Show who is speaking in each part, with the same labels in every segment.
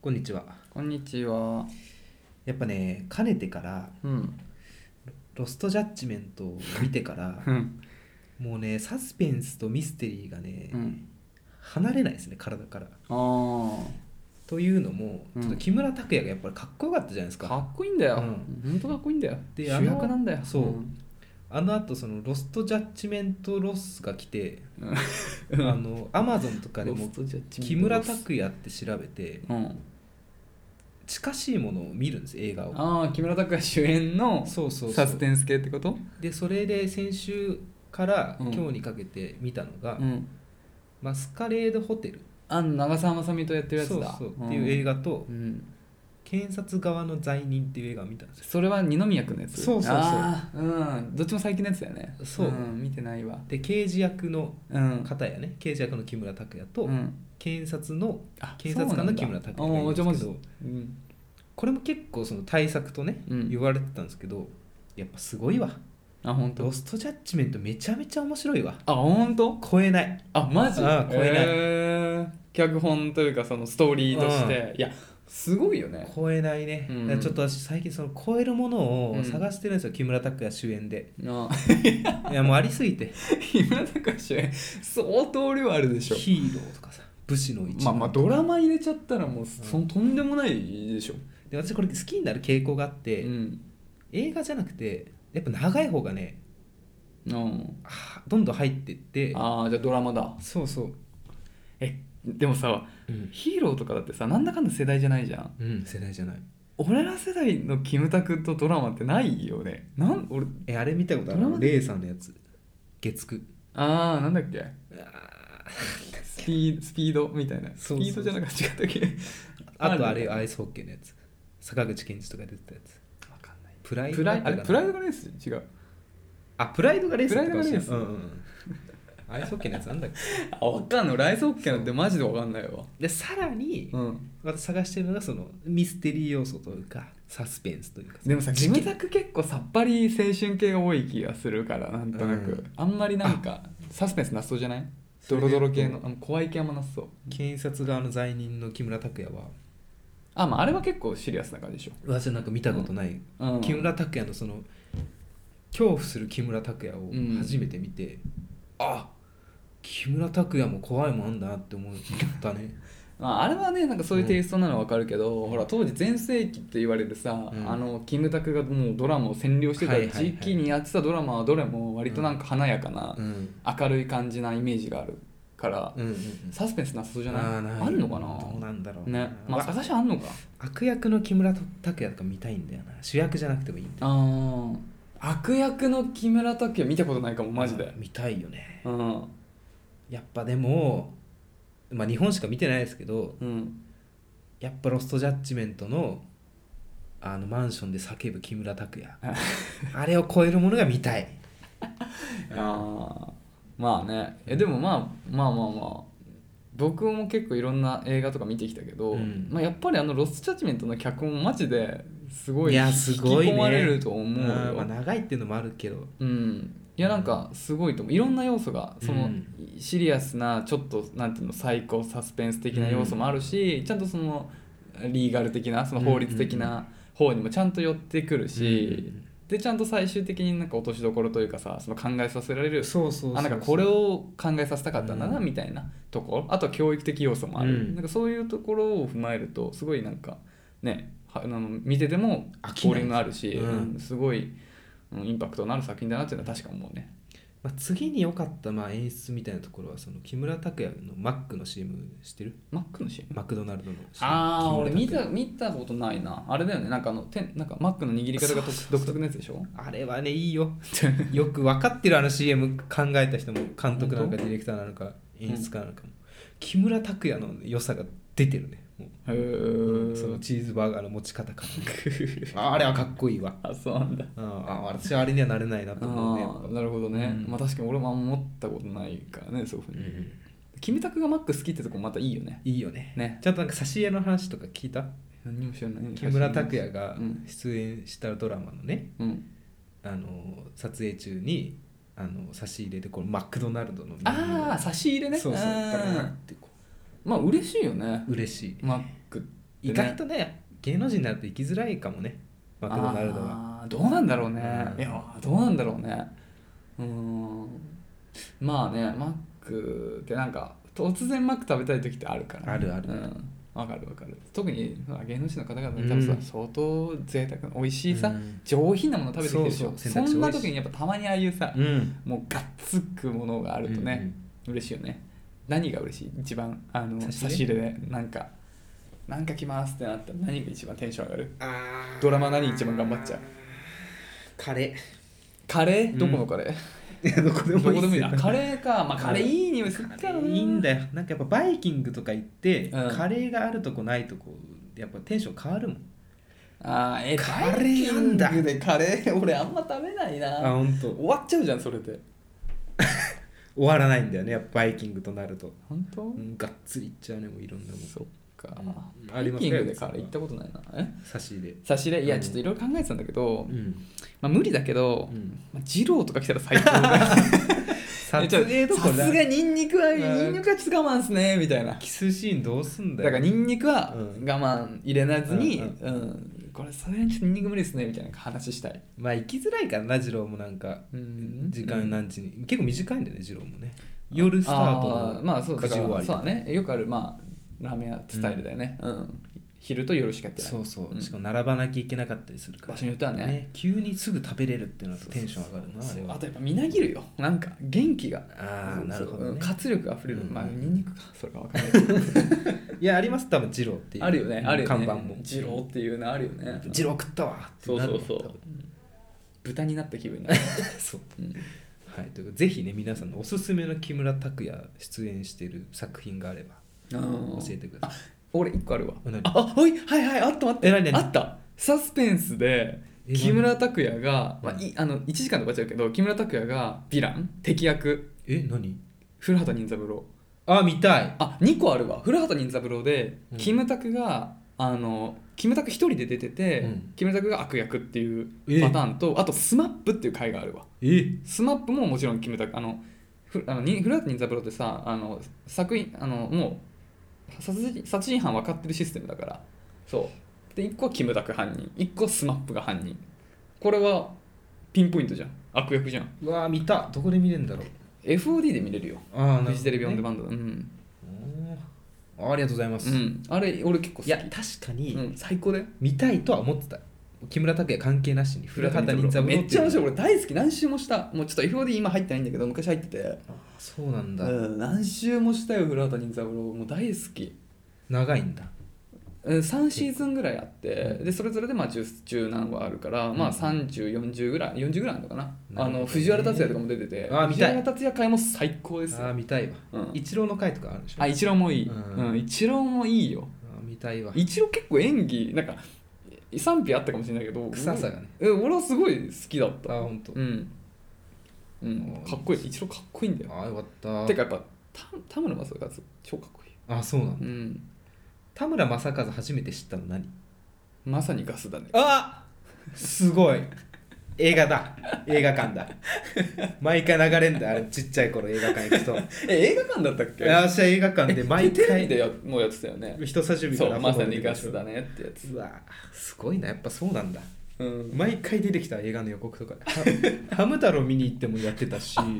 Speaker 1: こんにちは
Speaker 2: こんにちは。
Speaker 1: やっぱねかねてから
Speaker 2: うん。
Speaker 1: 「ロスト・ジャッジメント」を見て から
Speaker 2: うん。
Speaker 1: もうねサスペンスとミステリーがね、
Speaker 2: うん。
Speaker 1: 離れないですね体から。
Speaker 2: あ
Speaker 1: というのも、
Speaker 2: うん
Speaker 1: ちょっと木村拓哉がやっぱりかっこよかったじゃないです
Speaker 2: あ。
Speaker 1: か。
Speaker 2: かっこいいんだよ。
Speaker 1: う
Speaker 2: ほんとかっこいいんだよ。
Speaker 1: で
Speaker 2: 主
Speaker 1: あの
Speaker 2: 役なんだよ。
Speaker 1: そうんあのあとその「ロスト・ジャッジメント・ロス」が来て、
Speaker 2: うん
Speaker 1: あのアマゾンとかで
Speaker 2: ロ
Speaker 1: も
Speaker 2: ストジャッジメント
Speaker 1: 木村拓哉って調べて
Speaker 2: うん。
Speaker 1: 近しいものを見るんです映画を。
Speaker 2: ああ、木村拓哉主演の
Speaker 1: そうそうそ
Speaker 2: サスペ
Speaker 1: う
Speaker 2: ンス系ってこと
Speaker 1: でそれで先週から
Speaker 2: うん
Speaker 1: 今日にかけて見たのが「
Speaker 2: うん。
Speaker 1: マスカレード・ホテル」
Speaker 2: あの、長澤まさみとやってるやつだ。
Speaker 1: そうそうっていう映
Speaker 2: 画。
Speaker 1: 画と、
Speaker 2: うん。
Speaker 1: 検察側の罪人っていう映画を見たんですよ
Speaker 2: それは二宮君のやつ。
Speaker 1: そうそうそう
Speaker 2: ああうん。どっちも最近のやつだよね。
Speaker 1: そうん
Speaker 2: 見てないわ。
Speaker 1: で刑事役の
Speaker 2: うん。
Speaker 1: 方やね刑事役の木村拓哉と、
Speaker 2: うん
Speaker 1: 検察の
Speaker 2: あ
Speaker 1: 警察官の木村拓
Speaker 2: そう
Speaker 1: 哉がいる
Speaker 2: なんだ
Speaker 1: んです
Speaker 2: あ
Speaker 1: け
Speaker 2: ーお邪魔
Speaker 1: ど
Speaker 2: しうん。
Speaker 1: これも結構その対策とね、
Speaker 2: うん
Speaker 1: 言われてたんですけどやっぱすごいわ
Speaker 2: あ、ほんと
Speaker 1: ロストジャッジメントめちゃめちゃ面白いわ
Speaker 2: あ、ほんと
Speaker 1: 超えない
Speaker 2: あマジ
Speaker 1: ああ超えない
Speaker 2: えー脚本というかそのストーリーとして、いやすごいよね
Speaker 1: 超えないね、
Speaker 2: うん
Speaker 1: だからちょっと私最近その超えるもの
Speaker 2: う
Speaker 1: を
Speaker 2: ん
Speaker 1: 探してるんですよ、木村拓哉主演で
Speaker 2: ああ
Speaker 1: い やもうありすぎて
Speaker 2: 木村拓哉相当量あるでしょ
Speaker 1: ヒーローとかさ武士の一
Speaker 2: まあ
Speaker 1: 番
Speaker 2: まあドラマ入れちゃったらもうそのとんでもないでしょ、
Speaker 1: で私これ好きになる傾向があって、
Speaker 2: うん
Speaker 1: 映画じゃなくてやっぱ長い方がね
Speaker 2: うん、
Speaker 1: はどんどん入ってって
Speaker 2: ああじゃあドラマだ
Speaker 1: そうそう、
Speaker 2: えでもさ
Speaker 1: うん
Speaker 2: ヒーローとかだってさなんだかんだ世代じゃないじゃん
Speaker 1: うん、世代じゃない
Speaker 2: 俺ら世代のキムタクとドラマってないよねなん俺
Speaker 1: えあれ見たことあ
Speaker 2: ドラ
Speaker 1: る
Speaker 2: マ
Speaker 1: レイさんのやつ月9
Speaker 2: ああなんだっけスピースピードみたいな
Speaker 1: そ
Speaker 2: ス
Speaker 1: うそう
Speaker 2: ピードじゃなくて違ったっけ
Speaker 1: あとあれ
Speaker 2: わ
Speaker 1: アイスホッケーのやつ坂口健二とか出てたやつ
Speaker 2: かんない
Speaker 1: プライド
Speaker 2: プライ
Speaker 1: だ
Speaker 2: あ
Speaker 1: ったか
Speaker 2: れ
Speaker 1: な
Speaker 2: プライドがレース違う
Speaker 1: あプライドがレースだったかもしれない
Speaker 2: プライド
Speaker 1: うんうんうんアイスホッケーのやつなんだっけ
Speaker 2: あわかんないライスオッケーなんてマジでわかんないわ
Speaker 1: でさらに、
Speaker 2: うん
Speaker 1: また探してるのがそのミステリー要素というかサスペンスというか
Speaker 2: でもさキ
Speaker 1: 事
Speaker 2: ム
Speaker 1: 件
Speaker 2: タク結構さっぱり青春系が多い気がするからなんとなく、
Speaker 1: うん
Speaker 2: あんまりなんかサスペンスなそうじゃないドロドロ系のあの怖い系あんまなそう
Speaker 1: 検察側の罪人の木村拓哉は
Speaker 2: あまああれは結構シリアスな感じでし
Speaker 1: 私なんか見たことない、
Speaker 2: ょ、うん、
Speaker 1: 木村拓哉のその恐怖する木村拓哉を
Speaker 2: うん
Speaker 1: 初めて見て、あ木村拓哉も怖いもんあんだなって思ったね
Speaker 2: まあ、あれはねなんかそういうテイストなのわかるけど、ほら当時全盛期って言われるさ、
Speaker 1: うん
Speaker 2: あのキムタクがもうドラマを占領してた
Speaker 1: はいはいはい
Speaker 2: 時期にやってたドラマはどれも割となんか華やかな、
Speaker 1: うん
Speaker 2: 明るい感じなイメージがあるから、
Speaker 1: うんうん
Speaker 2: サスペンスなさそうじゃない
Speaker 1: ー
Speaker 2: あ
Speaker 1: ない
Speaker 2: るのか
Speaker 1: どう
Speaker 2: な
Speaker 1: なんだろうな
Speaker 2: ねまあ
Speaker 1: わ
Speaker 2: 探しはあんのか
Speaker 1: 悪役の木村拓哉とか見たいんだよな主役じゃなくてもいいんだよ
Speaker 2: ああ悪役の木村拓哉見たことないかもマジで
Speaker 1: 見たいよね
Speaker 2: うん
Speaker 1: やっぱでもまあ日本しか見てないですけど
Speaker 2: うん
Speaker 1: やっぱロストジャッジメントのあのマンションで叫ぶ木村拓 哉あれを超えるものが見たい
Speaker 2: ああまあねえでもまあまあまあまあ僕も結構いろんな映画とか見てきたけど、
Speaker 1: うん
Speaker 2: まあ、やっぱりあの「ロスト・ジャッジメント」の脚本マジですごい
Speaker 1: いや
Speaker 2: 引
Speaker 1: す
Speaker 2: き
Speaker 1: ごいね
Speaker 2: 込まれると思うよ、
Speaker 1: んまあ、長いっていうのもあるけど
Speaker 2: うん、いやなんかすごいと思ういろんな要素がそうの
Speaker 1: ん
Speaker 2: シリアスなちょっとなんていうのサイコサスペンス的な要素もあるし、ちゃんとそのリーガル的なその法律的な方にもちゃんと寄ってくるし、
Speaker 1: うん
Speaker 2: でちゃんと最終的になんか落としどころというかさその考えさせられる
Speaker 1: そうそうそう
Speaker 2: あなんかこれを考えさせたかったんだな
Speaker 1: うん
Speaker 2: みたいなところ、あとは教育的要素もある、
Speaker 1: うん
Speaker 2: なんかそういうところを踏まえるとすごいなんかねはあの見てても
Speaker 1: 飽きない
Speaker 2: ボリュームあるし、
Speaker 1: うん
Speaker 2: うんすごい、うん、インパクトのある作品だなっていうのは確か思うね
Speaker 1: まあ、次に良かったまあ演出みたいなところはその木村拓哉のマックの CM してる
Speaker 2: マックのシーン
Speaker 1: マクドナルドの CM
Speaker 2: ああ俺
Speaker 1: 木
Speaker 2: 見
Speaker 1: 村
Speaker 2: た見たことないなあれだよねなんかあのてんなんかマックの握り方がと独特のやつでしょ
Speaker 1: 拓哉あれはねいいよ よく分かってるあの CM 考えた人も監督なのかディレクターなのか演出家なのかも、木村拓哉の良さが出てるねもう
Speaker 2: へえ
Speaker 1: そのチーズバーガーの持ち方からあれはかっこいいわ
Speaker 2: あそうなんだ
Speaker 1: うんあ私はあれにはなれないな
Speaker 2: あ
Speaker 1: と思うねやっぱ
Speaker 2: ーなるほどね、
Speaker 1: うん
Speaker 2: まあ確かに俺もあんま思ったことないからねそういうふう
Speaker 1: うんう
Speaker 2: に、
Speaker 1: ん
Speaker 2: キムタクがマック好きってとこまたいいよね
Speaker 1: いいよね
Speaker 2: ね
Speaker 1: ちょっとなんか挿絵の話とか聞いた
Speaker 2: 何も知らない
Speaker 1: 木村拓哉が
Speaker 2: うん
Speaker 1: 出演したドラマのね、
Speaker 2: うん、
Speaker 1: あの撮影中にあの差し入れでこうマクドナルドのメニュー
Speaker 2: ああ差し入れね
Speaker 1: そうそう
Speaker 2: うん
Speaker 1: ガラガラってこ
Speaker 2: まあ嬉しいよね
Speaker 1: う嬉しい、
Speaker 2: マックっ
Speaker 1: 意外とね芸能人になると生きづらいかもねマクドナルドは
Speaker 2: あーどうなんだろうね、
Speaker 1: うん
Speaker 2: いやどうなんだろうねうーんまあねマックってなんか突然マック食べたい時ってあるから、
Speaker 1: あるある
Speaker 2: うんわかるわかる特にまあ芸能人の方々に多分さ、
Speaker 1: うん
Speaker 2: 相当贅沢な美味しいさ、
Speaker 1: うん
Speaker 2: 上品なもの食べてきてるでしょ
Speaker 1: そうそう選
Speaker 2: そ
Speaker 1: 択肢
Speaker 2: んな
Speaker 1: 多いし
Speaker 2: 時にやっぱたまにああいうさ、
Speaker 1: うん
Speaker 2: もうがっつくものがあるとね、嬉しいよね何が嬉しい一番あの
Speaker 1: 差し入れ
Speaker 2: 差し入れでなんかなんか来ますってなったら何が一番テンション上がる
Speaker 1: あー
Speaker 2: ドラマ何一番頑張っちゃう
Speaker 1: カレ
Speaker 2: カレ
Speaker 1: う
Speaker 2: ー
Speaker 1: ん
Speaker 2: どこのカレー、
Speaker 1: ーいやどこで
Speaker 2: ど
Speaker 1: もいい
Speaker 2: こで
Speaker 1: っ
Speaker 2: も
Speaker 1: す
Speaker 2: いい
Speaker 1: よ
Speaker 2: なカレーかまあカレーいい匂いする
Speaker 1: カ
Speaker 2: か
Speaker 1: レ
Speaker 2: ら
Speaker 1: ーいいん
Speaker 2: よ
Speaker 1: だよなんかやっぱバイキングとか行って、
Speaker 2: うん
Speaker 1: カレーがあるとこないとこやっぱテンション変わるもん
Speaker 2: あーえ
Speaker 1: カレーなんだ
Speaker 2: バイキングでカレー俺あんま食べないな
Speaker 1: 本当
Speaker 2: 終わっちゃうじゃんそれで
Speaker 1: 終わらないんだよねやっぱバイキングとなると、
Speaker 2: 本当、
Speaker 1: うん、がっつりいっちゃうねもういろんなもん
Speaker 2: そっか、
Speaker 1: うん
Speaker 2: バ
Speaker 1: あり
Speaker 2: イ
Speaker 1: ます
Speaker 2: キ
Speaker 1: ね
Speaker 2: ングでカレー行ったことないなえ
Speaker 1: 差し入れ
Speaker 2: 差し入れいや
Speaker 1: うん
Speaker 2: ちょっといろいろ考えてたんだけど、
Speaker 1: うん、
Speaker 2: まあ無理だけど、
Speaker 1: うん、
Speaker 2: まあ、二郎とか来たら最高だよ
Speaker 1: 撮
Speaker 2: えちょ
Speaker 1: 影とこ
Speaker 2: さ
Speaker 1: だ
Speaker 2: すがニンニクは
Speaker 1: うん
Speaker 2: ニンニクはちょっと我慢っすねみたいな
Speaker 1: キスシーンどうすんだ
Speaker 2: だ
Speaker 1: よ
Speaker 2: からニンニクは我
Speaker 1: うん
Speaker 2: 慢入れなずに、
Speaker 1: うん
Speaker 2: うんこれそれにちょっとニンニク無理っすねみたいな話したい、
Speaker 1: まあ行きづらいからな次郎もなんか
Speaker 2: うん
Speaker 1: 時間何時に、結構短いんだよね次郎もね夜スタート
Speaker 2: あ
Speaker 1: の
Speaker 2: ーまあそう
Speaker 1: 9時
Speaker 2: だか
Speaker 1: 終わ
Speaker 2: ら
Speaker 1: り
Speaker 2: そうだねよくあるまあラーメン屋スタイルだよね、うん昼と夜しかやってない
Speaker 1: そうそう、
Speaker 2: ん
Speaker 1: しかも並ばなきゃいけなかったりするから
Speaker 2: 場所によってはね
Speaker 1: 急にすぐ食べれるっていうのはテンション上がるなあ
Speaker 2: そ
Speaker 1: れ
Speaker 2: う
Speaker 1: は
Speaker 2: あとやっぱみなぎるよなんか元気が
Speaker 1: あ
Speaker 2: そ
Speaker 1: あ
Speaker 2: う
Speaker 1: なるほど、
Speaker 2: うん
Speaker 1: ね、
Speaker 2: 活力あふれる、
Speaker 1: うん
Speaker 2: まあニンニクかそれかわかんないけ ど
Speaker 1: いやあります多分二郎っていう
Speaker 2: あるよねあるよね
Speaker 1: 看板も
Speaker 2: 二郎っていうのあるよね
Speaker 1: 二郎食ったわって
Speaker 2: そう
Speaker 1: なる
Speaker 2: そ
Speaker 1: も
Speaker 2: うんそう
Speaker 1: 多分
Speaker 2: 豚になった気分になる、
Speaker 1: そう
Speaker 2: うん
Speaker 1: はいということでぜひね皆さんのおすすめの木村拓哉出演している作品があれば教えてください
Speaker 2: 俺一個あるわ
Speaker 1: あ何
Speaker 2: ああはいはいはいあった待って
Speaker 1: え何何
Speaker 2: あったサスペンスで
Speaker 1: え
Speaker 2: 木村拓哉が、ま
Speaker 1: 何
Speaker 2: あ、いあの1時間とかちゃうけど木村拓哉がヴィラン敵役
Speaker 1: え何
Speaker 2: 古畑任三郎
Speaker 1: あ見たい
Speaker 2: あ二2個あるわ古畑任三郎で、
Speaker 1: うん
Speaker 2: キムタクがあのキムタク一人で出てて、
Speaker 1: うん
Speaker 2: キムタクが悪役っていう
Speaker 1: え
Speaker 2: パターンとあとスマップっていう回があるわ
Speaker 1: え
Speaker 2: スマップももちろんキムタクあのふあのに古畑任三郎ってさあの作品あのもう殺人殺人犯分かってるシステムだからそうで1個はキムタク犯人1個はスマップが犯人これはピンポイントじゃん悪役じゃん
Speaker 1: うわー見たどこで見れるんだろう
Speaker 2: FOD で見れるよ
Speaker 1: ああ
Speaker 2: フジテレビオンデ
Speaker 1: バ
Speaker 2: バンドだうん、
Speaker 1: ありがとうございます、
Speaker 2: う
Speaker 1: い
Speaker 2: ん、あれ俺結構好き
Speaker 1: や確かに、
Speaker 2: うん、最高だよ
Speaker 1: 見たいとは思ってた木村拓哉関係なしに古畑任三郎
Speaker 2: めっちゃ面白い
Speaker 1: い
Speaker 2: 俺大好き何周もしたもうちょっと FOD 今入ってないんだけど昔入ってて
Speaker 1: そうなんだ、
Speaker 2: うん何周もしたよ古畑任三郎もう大好き
Speaker 1: 長いんだ
Speaker 2: うん3シーズンぐらいあってでそれぞれでまあ 10, 10何話あるから、まあ、
Speaker 1: うん
Speaker 2: 3040ぐらい40ぐらいあるのかな
Speaker 1: なるほ
Speaker 2: あ
Speaker 1: ど
Speaker 2: の
Speaker 1: ね
Speaker 2: 藤原竜也とかも出てて
Speaker 1: あー見
Speaker 2: 藤
Speaker 1: たい
Speaker 2: 原竜也会も最高です
Speaker 1: ああ
Speaker 2: よ
Speaker 1: 見たいわ、
Speaker 2: うん
Speaker 1: 一郎の回とかあるでしょ
Speaker 2: あ一郎もいい、う
Speaker 1: うん
Speaker 2: ん一郎もいいよ
Speaker 1: あー見たいわ
Speaker 2: 一郎結構演技なんか賛否あったかもしれないけど
Speaker 1: 臭さがね
Speaker 2: え俺はすごい好きだった
Speaker 1: ああほんと
Speaker 2: うん、うん、かっこいい一郎かっこいいんだよ
Speaker 1: ああよかった
Speaker 2: てかやっぱ田田村正和超かっこいい
Speaker 1: ああそうなんだ
Speaker 2: うん
Speaker 1: 田村正和初めて知ったの何
Speaker 2: まさにガスだね
Speaker 1: あすごい映画だ映画館だ毎回流れんだあれちっちゃい頃映画館行く と
Speaker 2: え映画館だったっけ
Speaker 1: あっしゃ映画館で毎
Speaker 2: テレビ
Speaker 1: 回
Speaker 2: でやもうやってたよね
Speaker 1: 人差し指か
Speaker 2: そう
Speaker 1: ら
Speaker 2: まさ
Speaker 1: 頬の
Speaker 2: に
Speaker 1: 出て
Speaker 2: ガ
Speaker 1: くる
Speaker 2: スだねってやつ
Speaker 1: うわすごいなやっぱそうなんだ
Speaker 2: うん
Speaker 1: 毎回出てきた映画の予告とか ハハム太郎見に行ってもやってたしワン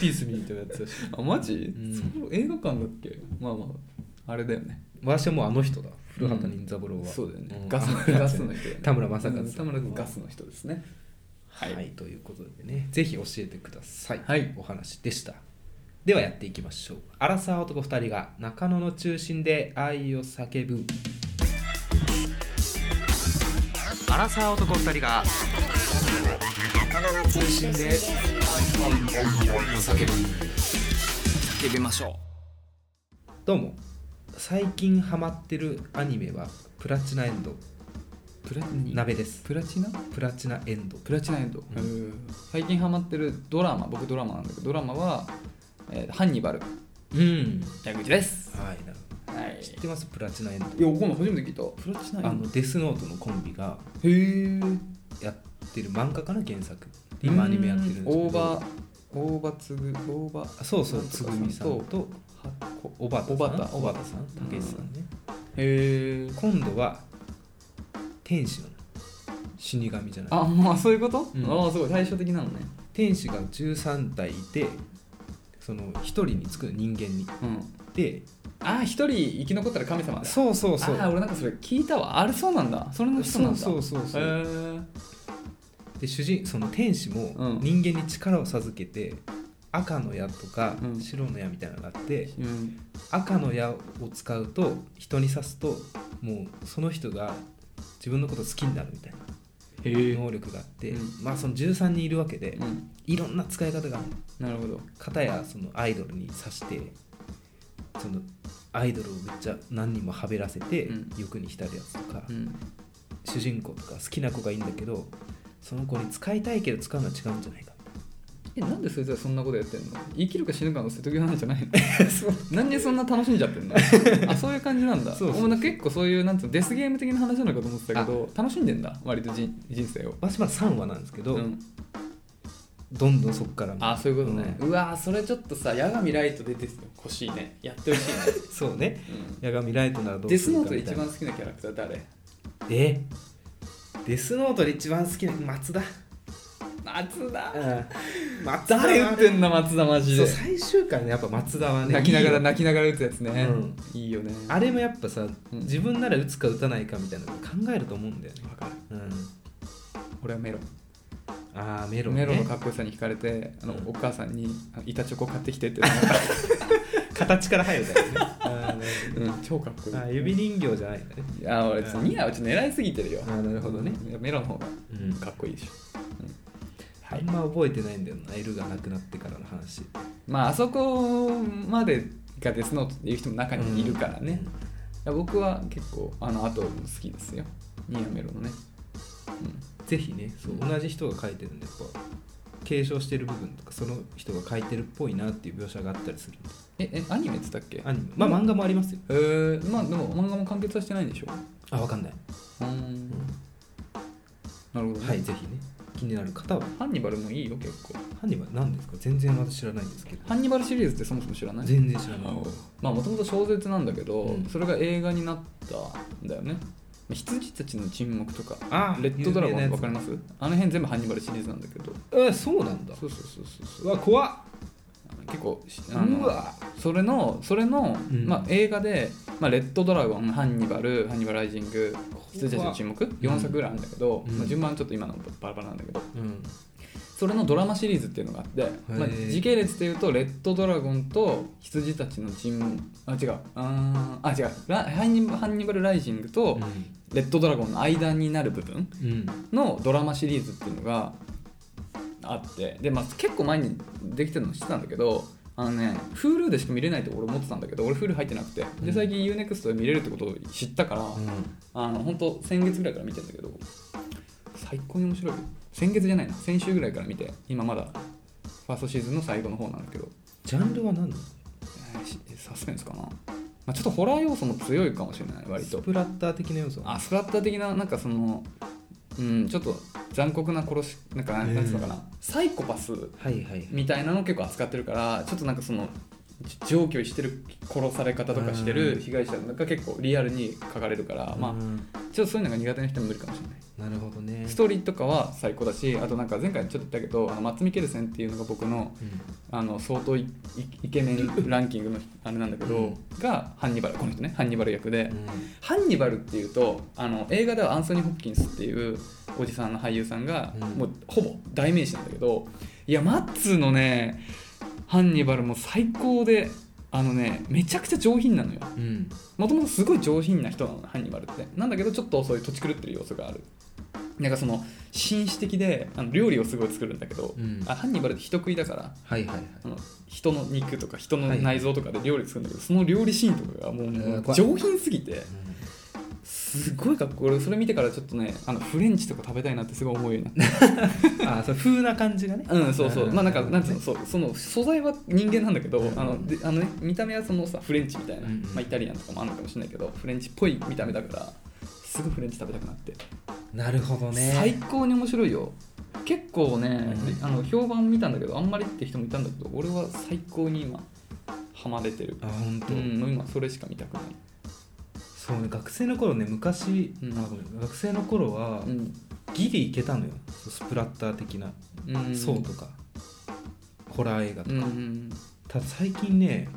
Speaker 1: ピース見に行ってもやってたし
Speaker 2: あマジ、
Speaker 1: ん
Speaker 2: そう映画館だっけまあまああれだよね
Speaker 1: 私はもうあの人だ古畑任三郎は、
Speaker 2: そうだよね、
Speaker 1: ん
Speaker 2: ガスの ガスの人だよね
Speaker 1: 田村正和
Speaker 2: うん田村ガスの人ですね
Speaker 1: はい、
Speaker 2: はい
Speaker 1: ということでねぜひ教えてください、
Speaker 2: はい
Speaker 1: お話でしたではやっていきましょうアラサー男2人が中野の中心で愛を叫ぶアラサー男2人が中野の中心で愛を叫ぶ
Speaker 2: 叫びましょ
Speaker 1: どうも最近ハマってるアニメはプラチナエンド
Speaker 2: うプラ何
Speaker 1: 鍋です
Speaker 2: プラチナ
Speaker 1: プラチナエンド
Speaker 2: プラチナエンド、
Speaker 1: う
Speaker 2: 最近ハマってるドラマ僕ドラマなんだけどドラマは、えーハンニバル
Speaker 1: うん
Speaker 2: 矢口です
Speaker 1: はいなるほ
Speaker 2: はい
Speaker 1: ど知ってますプラチナエンド
Speaker 2: いや今度初めて聞いたプラチナエンド
Speaker 1: あのデスノートのコンビが
Speaker 2: へえ
Speaker 1: やってる漫画かな原作今アニメやってるんですけど
Speaker 2: 大場大場つぐ大場
Speaker 1: あそうそうつぐみさんと
Speaker 2: はこ
Speaker 1: 小畑さん
Speaker 2: 小畑
Speaker 1: 小畑さんたけしさんね
Speaker 2: へえ
Speaker 1: 今度は天使なの死神じゃない
Speaker 2: あまあそういうこと、
Speaker 1: うん
Speaker 2: ああすごい対照的なのね
Speaker 1: 天使が13体いてその1人につくの人間に
Speaker 2: うん
Speaker 1: で
Speaker 2: ああ一人生き残ったら神様だ
Speaker 1: そうそうそう
Speaker 2: ああ俺なんかそれ聞いたわあれそうなんだそれの人なんだ
Speaker 1: そうそうそうそう
Speaker 2: へえ
Speaker 1: で主人その天使も
Speaker 2: うん
Speaker 1: 人間に力を授けて、赤の矢とか
Speaker 2: うん
Speaker 1: 白の矢みたいなのがあって、
Speaker 2: うん、
Speaker 1: 赤の矢を使うと人に刺すともうその人が自分のこと好きになるみたいな
Speaker 2: へ
Speaker 1: 能力があって、
Speaker 2: う
Speaker 1: まあその13人いるわけで、
Speaker 2: うん、
Speaker 1: いろんな使い方がある
Speaker 2: なるほど
Speaker 1: 片やそのアイドルに刺してそのアイドルをめっちゃ何人もはべらせて、
Speaker 2: うん
Speaker 1: 欲に浸るやつとか、
Speaker 2: うん
Speaker 1: 主人公とか好きな子がいいんだけどその子に使いたいけど使うのは違うんじゃないか
Speaker 2: えなんでそいつはそんなことやってんの生きるか死ぬかの瀬戸際なんじゃないの
Speaker 1: そう
Speaker 2: なんでそんな楽しんじゃってんの あそういう感じなんだ
Speaker 1: そうそうそう
Speaker 2: お前結構そういうなんつうのデスゲーム的な話なのかと思ってたけど楽しんでんだ割と人人生を
Speaker 1: 私まだ3話なんですけど、
Speaker 2: うん、
Speaker 1: どんどんそこからも
Speaker 2: あそういうことね、うわーそれちょっとさ矢神ライト出てほしいねやってほしいね、
Speaker 1: そうね
Speaker 2: うん
Speaker 1: 矢神ライトならどう
Speaker 2: デスノートで
Speaker 1: みた
Speaker 2: 一
Speaker 1: いな
Speaker 2: 番好きなキャラクター誰
Speaker 1: えデスノートで一番好きな松田、
Speaker 2: 松田
Speaker 1: うん、松田はね
Speaker 2: 誰打ってんの松田マジ
Speaker 1: そ
Speaker 2: で
Speaker 1: う最終回のやっぱ松田はね
Speaker 2: 泣きなが
Speaker 1: いい
Speaker 2: ら
Speaker 1: よ
Speaker 2: 泣きながら打つやつね、
Speaker 1: うん
Speaker 2: いいよね
Speaker 1: あれもやっぱさ、
Speaker 2: うん
Speaker 1: 自分なら打つか打たないかみたいなの考えると思うんだよね。
Speaker 2: わかる
Speaker 1: うん、
Speaker 2: 俺はメロ
Speaker 1: ああメロン、ね、
Speaker 2: メロのかっこよさに惹かれてあの、
Speaker 1: うん
Speaker 2: お母さんにあの板チョコ買ってきてって言った
Speaker 1: 形から入るからね。あーなる
Speaker 2: うん、超かっこ
Speaker 1: ほ
Speaker 2: い
Speaker 1: どあー
Speaker 2: い
Speaker 1: 指人形じゃないんだね。
Speaker 2: いや俺ちょっと似合うちょっと狙いすぎてるよ
Speaker 1: あーなるほどね、
Speaker 2: うんメロの方が
Speaker 1: うん
Speaker 2: かっこいいでしょ、うん
Speaker 1: あんま覚えてないんだよな、L がなくなってからの話。
Speaker 2: まああそこまでがデスノートっていう人も中にいるからね、いや僕は結構あの後も好きですよニアメロのね、
Speaker 1: うん。ぜひねそう、
Speaker 2: うん
Speaker 1: 同じ人が書いてるんで、やっぱ継承してる部分とか、その人が書いてるっぽいなっていう描写があったりするんで
Speaker 2: ええアニメって言ったっけ
Speaker 1: アニメまあ漫画もありますよ。
Speaker 2: えー、まあでも漫画も完結はしてないんでしょ
Speaker 1: あ、わかんない。
Speaker 2: うーんなるほど、ね
Speaker 1: はい、ぜひね、気になる方は、
Speaker 2: ハンニバルもいいよ結構
Speaker 1: 犯人は何ですか全然私知らないんですけど。
Speaker 2: ハンニバルシリーズってそもそも知らない
Speaker 1: 全然知ら
Speaker 2: あ
Speaker 1: ない。
Speaker 2: のまあもともと小説なんだけど、
Speaker 1: うん
Speaker 2: それが映画になったんだよねまあ羊たちの沈黙とか
Speaker 1: あ
Speaker 2: レッドドラゴンわ
Speaker 1: わ
Speaker 2: かりますあの辺全部ハンニバルシリーズなんだけど
Speaker 1: えそうなんだ
Speaker 2: そうそうそうそうそう
Speaker 1: うわ怖っ
Speaker 2: 結構しあの
Speaker 1: うわ
Speaker 2: それのそれの、
Speaker 1: うん
Speaker 2: まあ、映画で、まあ「レッドドラゴン」「ハンニバル」「ハンニバルライジング」「羊たちの沈黙」4作ぐらいあるんだけど、
Speaker 1: うん
Speaker 2: まあ、順番ちょっと今のバラバラなんだけど
Speaker 1: うん
Speaker 2: それのドラマシリーズっていうのがあって、まあ、
Speaker 1: へえ
Speaker 2: 時系列でいうと「レッドドラゴン」と「羊たちの沈黙」あ違うあーあ違うラハンニ「ハンニバルライジング」と「レッドドラゴン」の間になる部分
Speaker 1: うん
Speaker 2: のドラマシリーズっていうのがあってで、まあ、結構前にできてるの知ってたんだけどあのね Hulu でしか見れないって俺思ってたんだけど俺 Hulu 入ってなくて
Speaker 1: う
Speaker 2: で
Speaker 1: ん
Speaker 2: 最近 UNEXT で見れるってことを知ったから、あの本当先月ぐらいから見てんだけど最高に面白いよ先月じゃないな先週ぐらいから見て今まだファーストシーズンの最後の方なんだけど、
Speaker 1: ジャンルは何
Speaker 2: えーしサスペンスかな、まあ、ちょっとホラー要素も強いかもしれない割と
Speaker 1: スプラッター的な要素
Speaker 2: あスプラッター的ななんかそのうんちょっと残酷な殺しなんか
Speaker 1: うん
Speaker 2: なんつうのかなサイコパス
Speaker 1: はいはい
Speaker 2: みたいなのを結構扱ってるからちょっとなんかそのじ上記してる殺され方とかして
Speaker 1: うん
Speaker 2: る被害者が結構リアルに書かれるからまあ
Speaker 1: あ
Speaker 2: ちょっとそういうのが苦手な人も無理かもしれな
Speaker 1: な
Speaker 2: い
Speaker 1: るほどね
Speaker 2: ストーリーとかは最高だしあとなんか前回ちょっと言ったけどあのマッツ・ミケルセンっていうのが僕のあの相当イイケメンランキングのあれなんだけど、
Speaker 1: うん
Speaker 2: がハンニバルこの人ねハンニバル役で、
Speaker 1: うん
Speaker 2: ハンニバルっていうとあの映画ではアンソニー・ホッキンスっていうおじさんの俳優さんが、
Speaker 1: うん
Speaker 2: もうほぼ代名詞なんだけどいやマッツーのねハンニバルも最高であのねめちゃくちゃ上品なのよ
Speaker 1: うん
Speaker 2: もともとすごい上品な人なのハンニバルってなんだけどちょっとそういう土地狂ってる要素があるなんかその紳士的であの料理をすごい作るんだけど、
Speaker 1: うん
Speaker 2: あハンニバルって人食いだから
Speaker 1: はいはいはい
Speaker 2: あの人の肉とか人の
Speaker 1: はい
Speaker 2: 内臓とかで料理作るんだけど、その料理シーンとかがもうも
Speaker 1: う
Speaker 2: うん
Speaker 1: 怖い
Speaker 2: 上品すぎてすごいかっこいい俺それ見てからちょっとねあのフレンチとか食べたいなってすごい思うようになった
Speaker 1: あそう風な感じがね
Speaker 2: うんそうそ う
Speaker 1: うん
Speaker 2: まあなんかなんつうのそうその素材は人間なんだけど
Speaker 1: うん
Speaker 2: あのであの、ね、見た目はそのさフレンチみたいな、
Speaker 1: うん
Speaker 2: まあ、イタリアンとかもあるのかもしれないけどフレンチっぽい見た目だからすぐフレンチ食べたくなって、
Speaker 1: なるほどね
Speaker 2: 最高に面白いよ結構ね、
Speaker 1: うん
Speaker 2: であの評判見たんだけどあんまりって人もいたんだけど俺は最高に今ハマれてる
Speaker 1: あ本
Speaker 2: う
Speaker 1: 当
Speaker 2: んもう今それしか見たくない
Speaker 1: そうね学生の頃ね昔、
Speaker 2: うん
Speaker 1: あごめん学生の頃は、
Speaker 2: うん
Speaker 1: ギリいけたのよスプラッター的な、
Speaker 2: うん
Speaker 1: そうとかホラー映画と
Speaker 2: う
Speaker 1: か、
Speaker 2: んうん
Speaker 1: ただ最近ね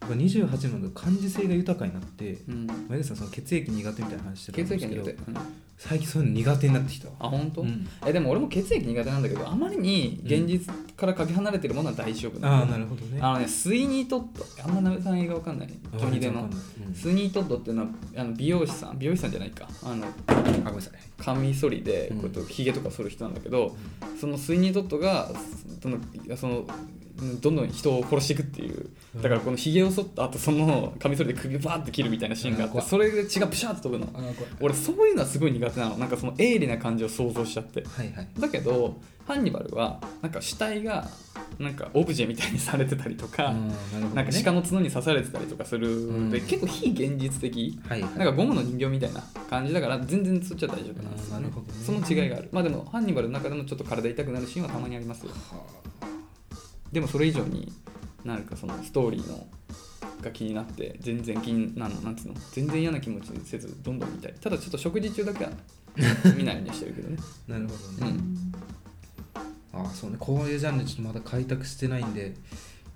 Speaker 1: やっぱ28なので感受性が豊かになって
Speaker 2: うん
Speaker 1: 前田さんその血液苦手みたいな話してた
Speaker 2: 血
Speaker 1: んです
Speaker 2: 液
Speaker 1: けど
Speaker 2: 苦手、うん、あ
Speaker 1: 最近そういうの苦手になってきたわ
Speaker 2: 本当、
Speaker 1: うん
Speaker 2: えでも俺も血液苦手なんだけどあまりに現実からかけ離れてるものは大丈夫な
Speaker 1: ああ
Speaker 2: の
Speaker 1: なるほどね
Speaker 2: あのねスイニートットあんまなべさん映画わかんない
Speaker 1: わかん
Speaker 2: 君
Speaker 1: な
Speaker 2: で
Speaker 1: いわ
Speaker 2: の
Speaker 1: かんないうん
Speaker 2: スニートットっていうのはあの美容師さん美容師さんじゃないかあの
Speaker 1: あごめんなさい
Speaker 2: カミソリで
Speaker 1: うん
Speaker 2: こうやってひげとか剃る人なんだけど、そのスイニー・トットがそのそのどんどん人を殺していくっていうだからこのひげを剃った後そのカミソリで首をバーって切るみたいなシーンがあっ
Speaker 1: う
Speaker 2: て
Speaker 1: ん
Speaker 2: それで血がプシャーって飛ぶの
Speaker 1: あこれ
Speaker 2: 俺そういうのはすごい苦手なのなんかその鋭利な感じを想像しちゃって
Speaker 1: はいはい
Speaker 2: だけどハンニバルはなんか死体がなんかオブジェみたいにされてたりとか、
Speaker 1: うんなるほど
Speaker 2: なんか鹿
Speaker 1: ね
Speaker 2: の角に刺されてたりとかするで、
Speaker 1: うん
Speaker 2: 結構非現実的
Speaker 1: はいはい
Speaker 2: なんかゴムの人形みたいな感じだから全然そっちは大丈夫なんですよ、
Speaker 1: あーな
Speaker 2: ね
Speaker 1: るほどね
Speaker 2: その違いがあるまあでもハンニバルの中でもちょっと体痛くなるシーンはたまにありますよでもそれ以上になんかそのストーリーのが気になって全然気になんなんつうの全然嫌な気持ちにせずどんどん見たいただちょっと食事中だけは見ないようにしてるけ どね
Speaker 1: なるほ
Speaker 2: う
Speaker 1: どね、
Speaker 2: ん
Speaker 1: あそうねこういうジャンルちょっとまだ開拓してないんで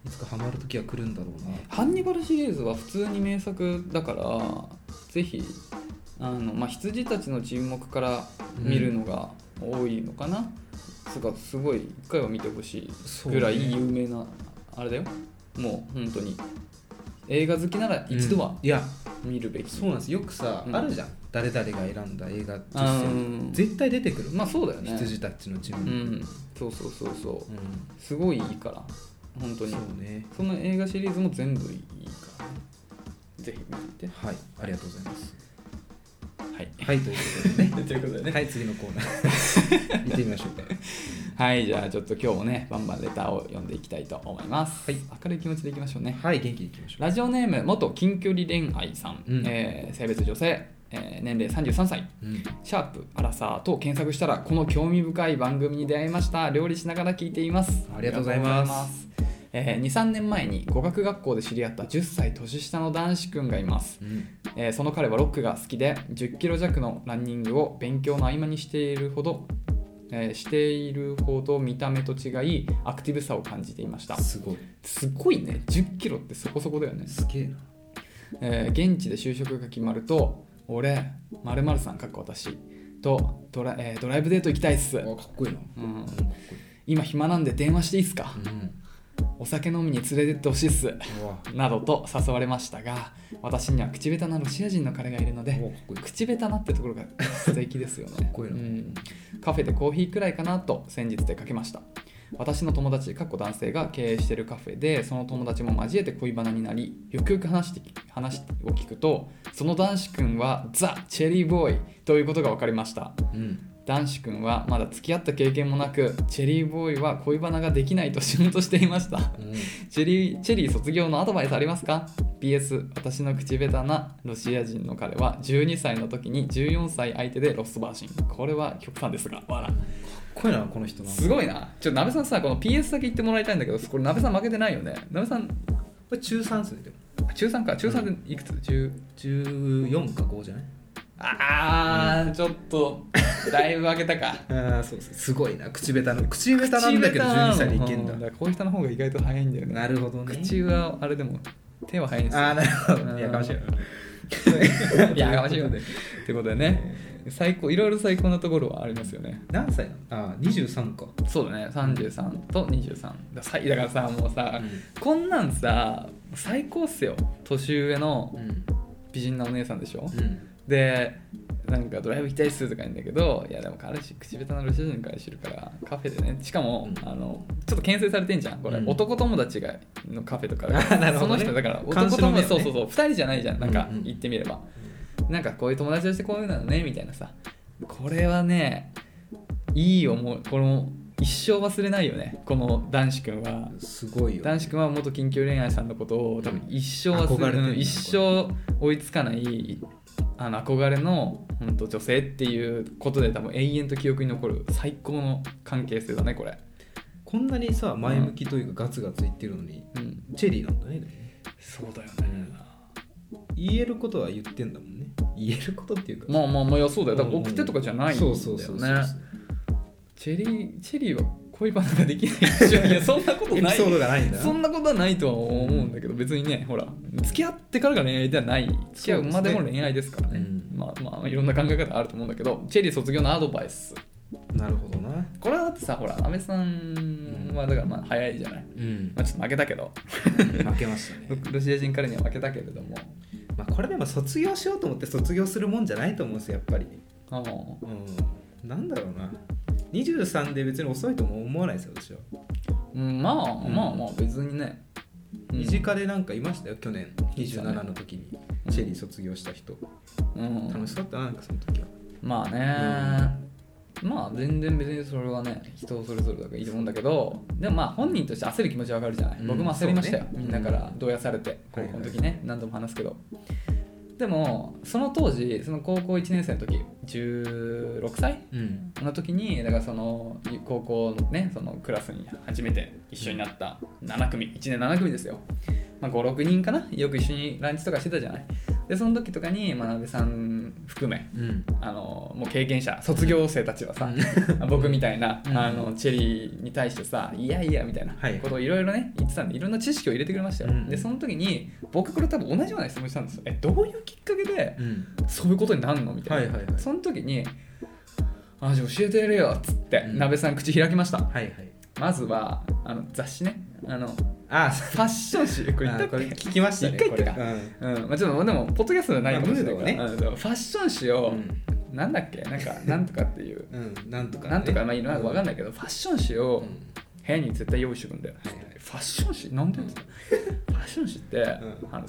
Speaker 1: いつかハマる時は来るんだろうな
Speaker 2: ハンニバルシリーズは普通に名作だからぜひあの、まあ、羊たちの沈黙から見るのが多いのかな、つうかすごい一回は見てほしい
Speaker 1: そうね
Speaker 2: ぐらい有名な、あれだよもう本当に映画好きなら一度は
Speaker 1: うんいや
Speaker 2: 見るべき、
Speaker 1: そうなんですよくさ、
Speaker 2: うん
Speaker 1: あるじゃん誰々が選んだ映画実
Speaker 2: あー
Speaker 1: 践
Speaker 2: うん
Speaker 1: 絶対出てくる、
Speaker 2: まあそうだよね
Speaker 1: 羊たちのチー
Speaker 2: う
Speaker 1: ム、
Speaker 2: んそうそうそうそう
Speaker 1: うん
Speaker 2: すごいいいから本当に
Speaker 1: そうね
Speaker 2: その映画シリーズも全部いいからねぜひ見てみて
Speaker 1: はいありがとうございます
Speaker 2: はい
Speaker 1: はいという ことでね
Speaker 2: ということで ね
Speaker 1: はい次のコーナー 行ってみましょうか
Speaker 2: はい、じゃあちょっと今日もね、バンバンレターを読んでいきたいと思います。
Speaker 1: はい
Speaker 2: 明るい気持ちでいきましょうね。
Speaker 1: はい元気にいきましょう
Speaker 2: ラジオネーム、元近距離恋愛さん、
Speaker 1: うん
Speaker 2: えー性別女性、えー年齢33歳、
Speaker 1: うん
Speaker 2: シャープ、アラサーと検索したら、この興味深い番組に出会いました。料理しながら聞いています。
Speaker 1: ありがとうございます
Speaker 2: ありがとうございます。えー、23年前に語学学校で知り合った10歳年下の男子くんがいます、
Speaker 1: うん
Speaker 2: えーその彼はロックが好きで1 0キロ弱のランニングを勉強の合間にしているほど、えーしているほど見た目と違いアクティブさを感じていました
Speaker 1: すごい
Speaker 2: すごいね1 0キロってそこそこだよね、
Speaker 1: すげえな
Speaker 2: えー現地で就職が決まると俺〇〇さんかっこ私とドラ,、えードライブデート行きたいっす、
Speaker 1: あかっこいいな
Speaker 2: うん
Speaker 1: うん、かっこ
Speaker 2: 今暇なんで電話していいっすか
Speaker 1: いいうん
Speaker 2: お酒飲みに連れてってほしいっす
Speaker 1: うわ
Speaker 2: などと誘われましたが私には口下手なロシア人の彼がいるので
Speaker 1: おかっこいい
Speaker 2: 口下手なってところが素敵です よね
Speaker 1: っこいいな
Speaker 2: うん、カフェでコーヒーくらいかなと先日出かけました私の友達かっこ男性が経営しているカフェでその友達も交えて恋バナになりよくよく話してき話を聞くとその男子くんはザ・チェリーボーイということが分かりました
Speaker 1: うん
Speaker 2: 男子くんはまだ付き合った経験もなくチェリーボーイは恋バナができないと仕事していました
Speaker 1: うん
Speaker 2: チェリーチェリー卒業のアドバイスありますか ?PS 私の口下手なロシア人の彼は12歳の時に14歳相手でロストバーシンこれは極端ですが笑
Speaker 1: かっこいいなこの人な
Speaker 2: すごいなちょっとなべさんさこの PS だけ言ってもらいたいんだけどこれなべさん負けてないよねなべさん
Speaker 1: これ中3ですねでも
Speaker 2: あ中3か中3でいくつ、10
Speaker 1: 14か5じゃない
Speaker 2: あー、ちょっとだいぶ負けたか
Speaker 1: ああそうですすごいな口下手な口下手なんだけど12歳でいけんだ
Speaker 2: うからこういう人の方が意外と早いんだよね
Speaker 1: なるほどね
Speaker 2: 口はあれでも手は早いんですよ
Speaker 1: ああなるほどいやかましいわ
Speaker 2: い や、やかましいよね。ってことでね、最高、いろいろ最高なところはありますよね。
Speaker 1: 何歳なのああ23か
Speaker 2: そうだね、33と23。ださだからさ、もうさ、こんなんさ、最高っすよ。年上の
Speaker 1: うん
Speaker 2: 美人なお姉さんでしょ。
Speaker 1: うん
Speaker 2: で、なんかドライブ行きたいっすとか言うんだけど、いや、でも彼氏、口下手なロシア人から知るから、カフェでね、しかも、
Speaker 1: うん
Speaker 2: あの、ちょっと牽制されてんじゃん、これ、
Speaker 1: うん
Speaker 2: 男友達がのカフェとか
Speaker 1: なるほ
Speaker 2: そ
Speaker 1: ど
Speaker 2: の
Speaker 1: ね
Speaker 2: 人、だから、
Speaker 1: 監
Speaker 2: 男
Speaker 1: 視の
Speaker 2: 友
Speaker 1: 目をね
Speaker 2: 達、そうそうそう、2人じゃないじゃん、なんか
Speaker 1: うんうん
Speaker 2: 言ってみれば。なんかこういう友達としてこういうのねみたいなさこれはねいい思いこの一生忘れないよねこの男子くんは
Speaker 1: すごいよ
Speaker 2: 男子くんは元緊急恋愛さんのことを多分一生忘
Speaker 1: 憧れ
Speaker 2: れ
Speaker 1: てる
Speaker 2: ない
Speaker 1: ね
Speaker 2: 一生追いつかないあの憧れの本当女性っていうことで多分永遠と記憶に残る最高の関係性だねこれ、
Speaker 1: こんなにさ前向きというかガツガツ言ってるのに
Speaker 2: うん、
Speaker 1: チェリーなんだね
Speaker 2: そうだよ
Speaker 1: うん言えることは言ってんだもんね言えることっていうか、
Speaker 2: まあまあまあいやそうだよだから送ってとかじゃないんだよ
Speaker 1: そ
Speaker 2: ね
Speaker 1: うそうそうそうそう
Speaker 2: チェリーチェリーは恋バナができないで しょいやそんなこと
Speaker 1: エピ
Speaker 2: ない
Speaker 1: ソードがないんだな
Speaker 2: そんなことはないとは思うんだけど別にねほら付き合ってからが恋愛ではない付き合うまでも恋愛ですからね
Speaker 1: うん
Speaker 2: まあまあまあいろんな考え方あると思うんだけどチェリー卒業のアドバイス
Speaker 1: なるほどな
Speaker 2: これはだってさほら安倍さんはだからまあ早いじゃない、
Speaker 1: うん
Speaker 2: まあ、ちょっと負けたけど
Speaker 1: 負けましたね、
Speaker 2: ロシア人彼には負けたけれども
Speaker 1: まあ、これでも卒業しようと思って卒業するもんじゃないと思うんですよやっぱり
Speaker 2: あの
Speaker 1: うんなんだろうな23で別に遅いとも思わないですよ私は、
Speaker 2: うんまあまあまあ別にね、うん
Speaker 1: 身近でなんかいましたよ去年27の時に
Speaker 2: うん
Speaker 1: チェリー卒業した人、
Speaker 2: うん
Speaker 1: 楽しかったななんかその時は
Speaker 2: まあね、まあ全然別にそれはね人それぞれだからいいと思うんだけどでもまあ本人として焦る気持ちはわかるじゃない、
Speaker 1: うん
Speaker 2: 僕も焦りましたよ、
Speaker 1: そうね
Speaker 2: みんなから動揺されて
Speaker 1: は
Speaker 2: 高
Speaker 1: いはい
Speaker 2: 校の時ね、何度も話すけどでもその当時その高校1年生の時16歳
Speaker 1: うん
Speaker 2: の時にだからその高校のねそのクラスに初めて一緒になった7組1年7組ですよ、まあ、56人かなよく一緒にランチとかしてたじゃないでその時とかに真鍋さん含め
Speaker 1: うん
Speaker 2: あのもう経験者卒業生たちはさ、 僕みたいな、
Speaker 1: うん
Speaker 2: あのチェリーに対してさ「いやいや」みたいな
Speaker 1: はい
Speaker 2: ことをいろいろね言ってたんでいろんな知識を入れてくれましたよ、
Speaker 1: うん
Speaker 2: でその時に僕これ多分同じような質問したんですよえどういうきっかけで
Speaker 1: うん
Speaker 2: そういうことになるのみた
Speaker 1: は
Speaker 2: いな、
Speaker 1: いはいはい
Speaker 2: その時に「あじゃあ教えてやれよ」っつって、
Speaker 1: うん
Speaker 2: 鍋さん口開きました
Speaker 1: はいはい
Speaker 2: まずはあの雑誌ねあのフ
Speaker 1: ああ
Speaker 2: ァッション誌これ言ったっ
Speaker 1: これ
Speaker 2: け
Speaker 1: 聞きましたね
Speaker 2: 一回言った
Speaker 1: これうん
Speaker 2: うんまあ、ちょっとでもポッドキャストじゃないかもしれないから、
Speaker 1: まあ
Speaker 2: うんでもファッション誌を、なんだっけなんかなんとかっ ていう
Speaker 1: うん、うん、なんとか、ね、
Speaker 2: なんとかまあいいの分かん
Speaker 1: ない
Speaker 2: ないけどファッション誌を部屋に絶対用意してくんだよ、
Speaker 1: はいはい
Speaker 2: ファッション誌なんで、
Speaker 1: うん
Speaker 2: ファッション誌って、うあの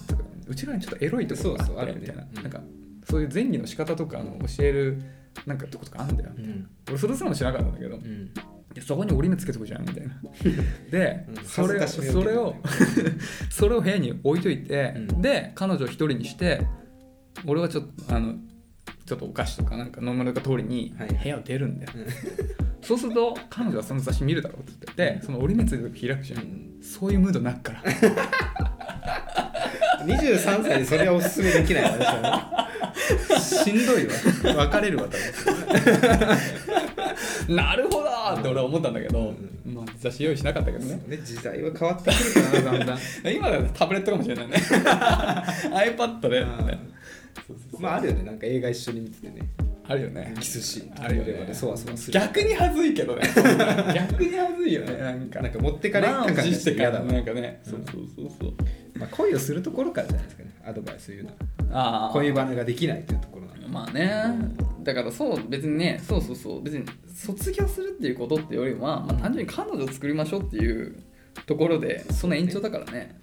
Speaker 2: うちらにちょっとエロいところ
Speaker 1: そ
Speaker 2: が
Speaker 1: うそう
Speaker 2: あ
Speaker 1: あ
Speaker 2: っ
Speaker 1: るね
Speaker 2: てみたいな,、
Speaker 1: うん
Speaker 2: なんかそういう前儀の仕方とかあの教えるなんかとことかあるんだよ、
Speaker 1: うん
Speaker 2: 俺それすらも知らなかったんだけど、
Speaker 1: うんうん
Speaker 2: でそこに折り目つけてくじゃんみた いなで、
Speaker 1: うん
Speaker 2: それ
Speaker 1: 恥ず
Speaker 2: を
Speaker 1: かしめ
Speaker 2: そ
Speaker 1: を受けて
Speaker 2: れ をそれを部屋に置いといて、
Speaker 1: うん
Speaker 2: で彼女を一人にして俺はちょっとあのちょっとお菓子とかなんか飲むのか通りに
Speaker 1: はいはい
Speaker 2: 部屋を出るんだよ、
Speaker 1: うん
Speaker 2: そうすると彼女はその雑誌見るだろうって言っててその折り目ついてる時開くじゃん、そういうムードになっから
Speaker 1: 23歳でそれはおすすめできないわ私はねしんどいわ別れるわ多
Speaker 2: なるほどーって俺は思ったんだけど、
Speaker 1: う
Speaker 2: まあ、雑誌用意しなかったけどね
Speaker 1: 分ね時代は変わってくるからなだんだん
Speaker 2: 今だとタブレットかもしれない ね iPad で、
Speaker 1: まああるよねなんか映画一緒に見ててね
Speaker 2: あるよね
Speaker 1: キスシーンとか
Speaker 2: あるよね
Speaker 1: でそわそわする
Speaker 2: 逆に恥ずいけどね 逆に恥ずいよねなんか
Speaker 1: なんか持ってかれっか感
Speaker 2: 満を持
Speaker 1: が
Speaker 2: し
Speaker 1: して
Speaker 2: て
Speaker 1: 嫌
Speaker 2: か
Speaker 1: だ
Speaker 2: ら
Speaker 1: わ
Speaker 2: なんかねそうそうそうそう
Speaker 1: まあ恋をするところからじゃないですかねアドバイス言うのは
Speaker 2: ああ
Speaker 1: 恋バナができないというところなの
Speaker 2: まあねだからそう別にねそうそうそう別に卒業するっていうことっていうよりは、まあ、単純に彼女を作りましょうっていうところでその延長だからね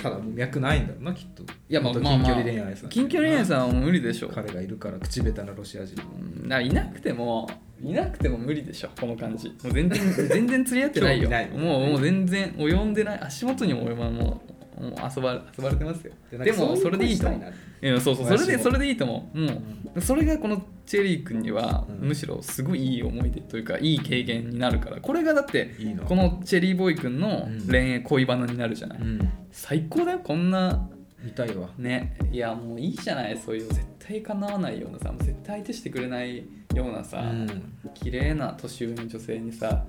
Speaker 1: ただもう脈ないんだろうなきっと
Speaker 2: いやまあ
Speaker 1: 本
Speaker 2: ま
Speaker 1: 当近距
Speaker 2: あ、まあ、
Speaker 1: 離恋愛さん
Speaker 2: 近距離恋愛さんは無理でしょ
Speaker 1: 彼がいるから口下手なロシア人
Speaker 2: うんだからいなくてもいなくても無理でしょこの感じもう全然全然釣り合ってないよ
Speaker 1: 興味ない
Speaker 2: もうもう全然及んでない足元にも及ばもうもう遊ば遊ばれてますよ
Speaker 1: なんか
Speaker 2: でもそれでいいと
Speaker 1: そうう
Speaker 2: 思
Speaker 1: 子
Speaker 2: う
Speaker 1: した
Speaker 2: いやそうそうそ
Speaker 1: 私
Speaker 2: れで
Speaker 1: も
Speaker 2: それでいいと思う、もうそれがこのチェリー君には、
Speaker 1: うん
Speaker 2: むしろすごいいい思い出というかいい経験になるからこれがだって
Speaker 1: いいな
Speaker 2: このチェリーボーイ君の
Speaker 1: うん
Speaker 2: 恋愛恋バナになるじゃない、
Speaker 1: いなうん
Speaker 2: 最高だよこんな
Speaker 1: 見たいわ
Speaker 2: ねいやもういいじゃないそういう絶対叶わないようなさもう絶対相手してくれないようなさ、
Speaker 1: うん
Speaker 2: 綺麗な年上の女性にさ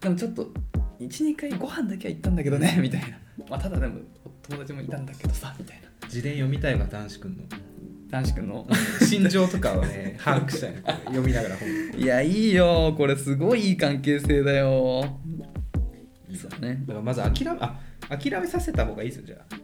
Speaker 2: でもちょっと12回ご飯だけは行ったんだけどねみたいな、まあ、ただでも友達もいたんだけどさみたいな
Speaker 1: 自伝読みたいわ男子く んの
Speaker 2: 男子くんの
Speaker 1: 心情とかは ね把握したいのこれ読みながら本
Speaker 2: いやいいよこれすごいいい関係性だよそうね
Speaker 1: だからまず諦めあ諦めさせた方がいいですよじゃあ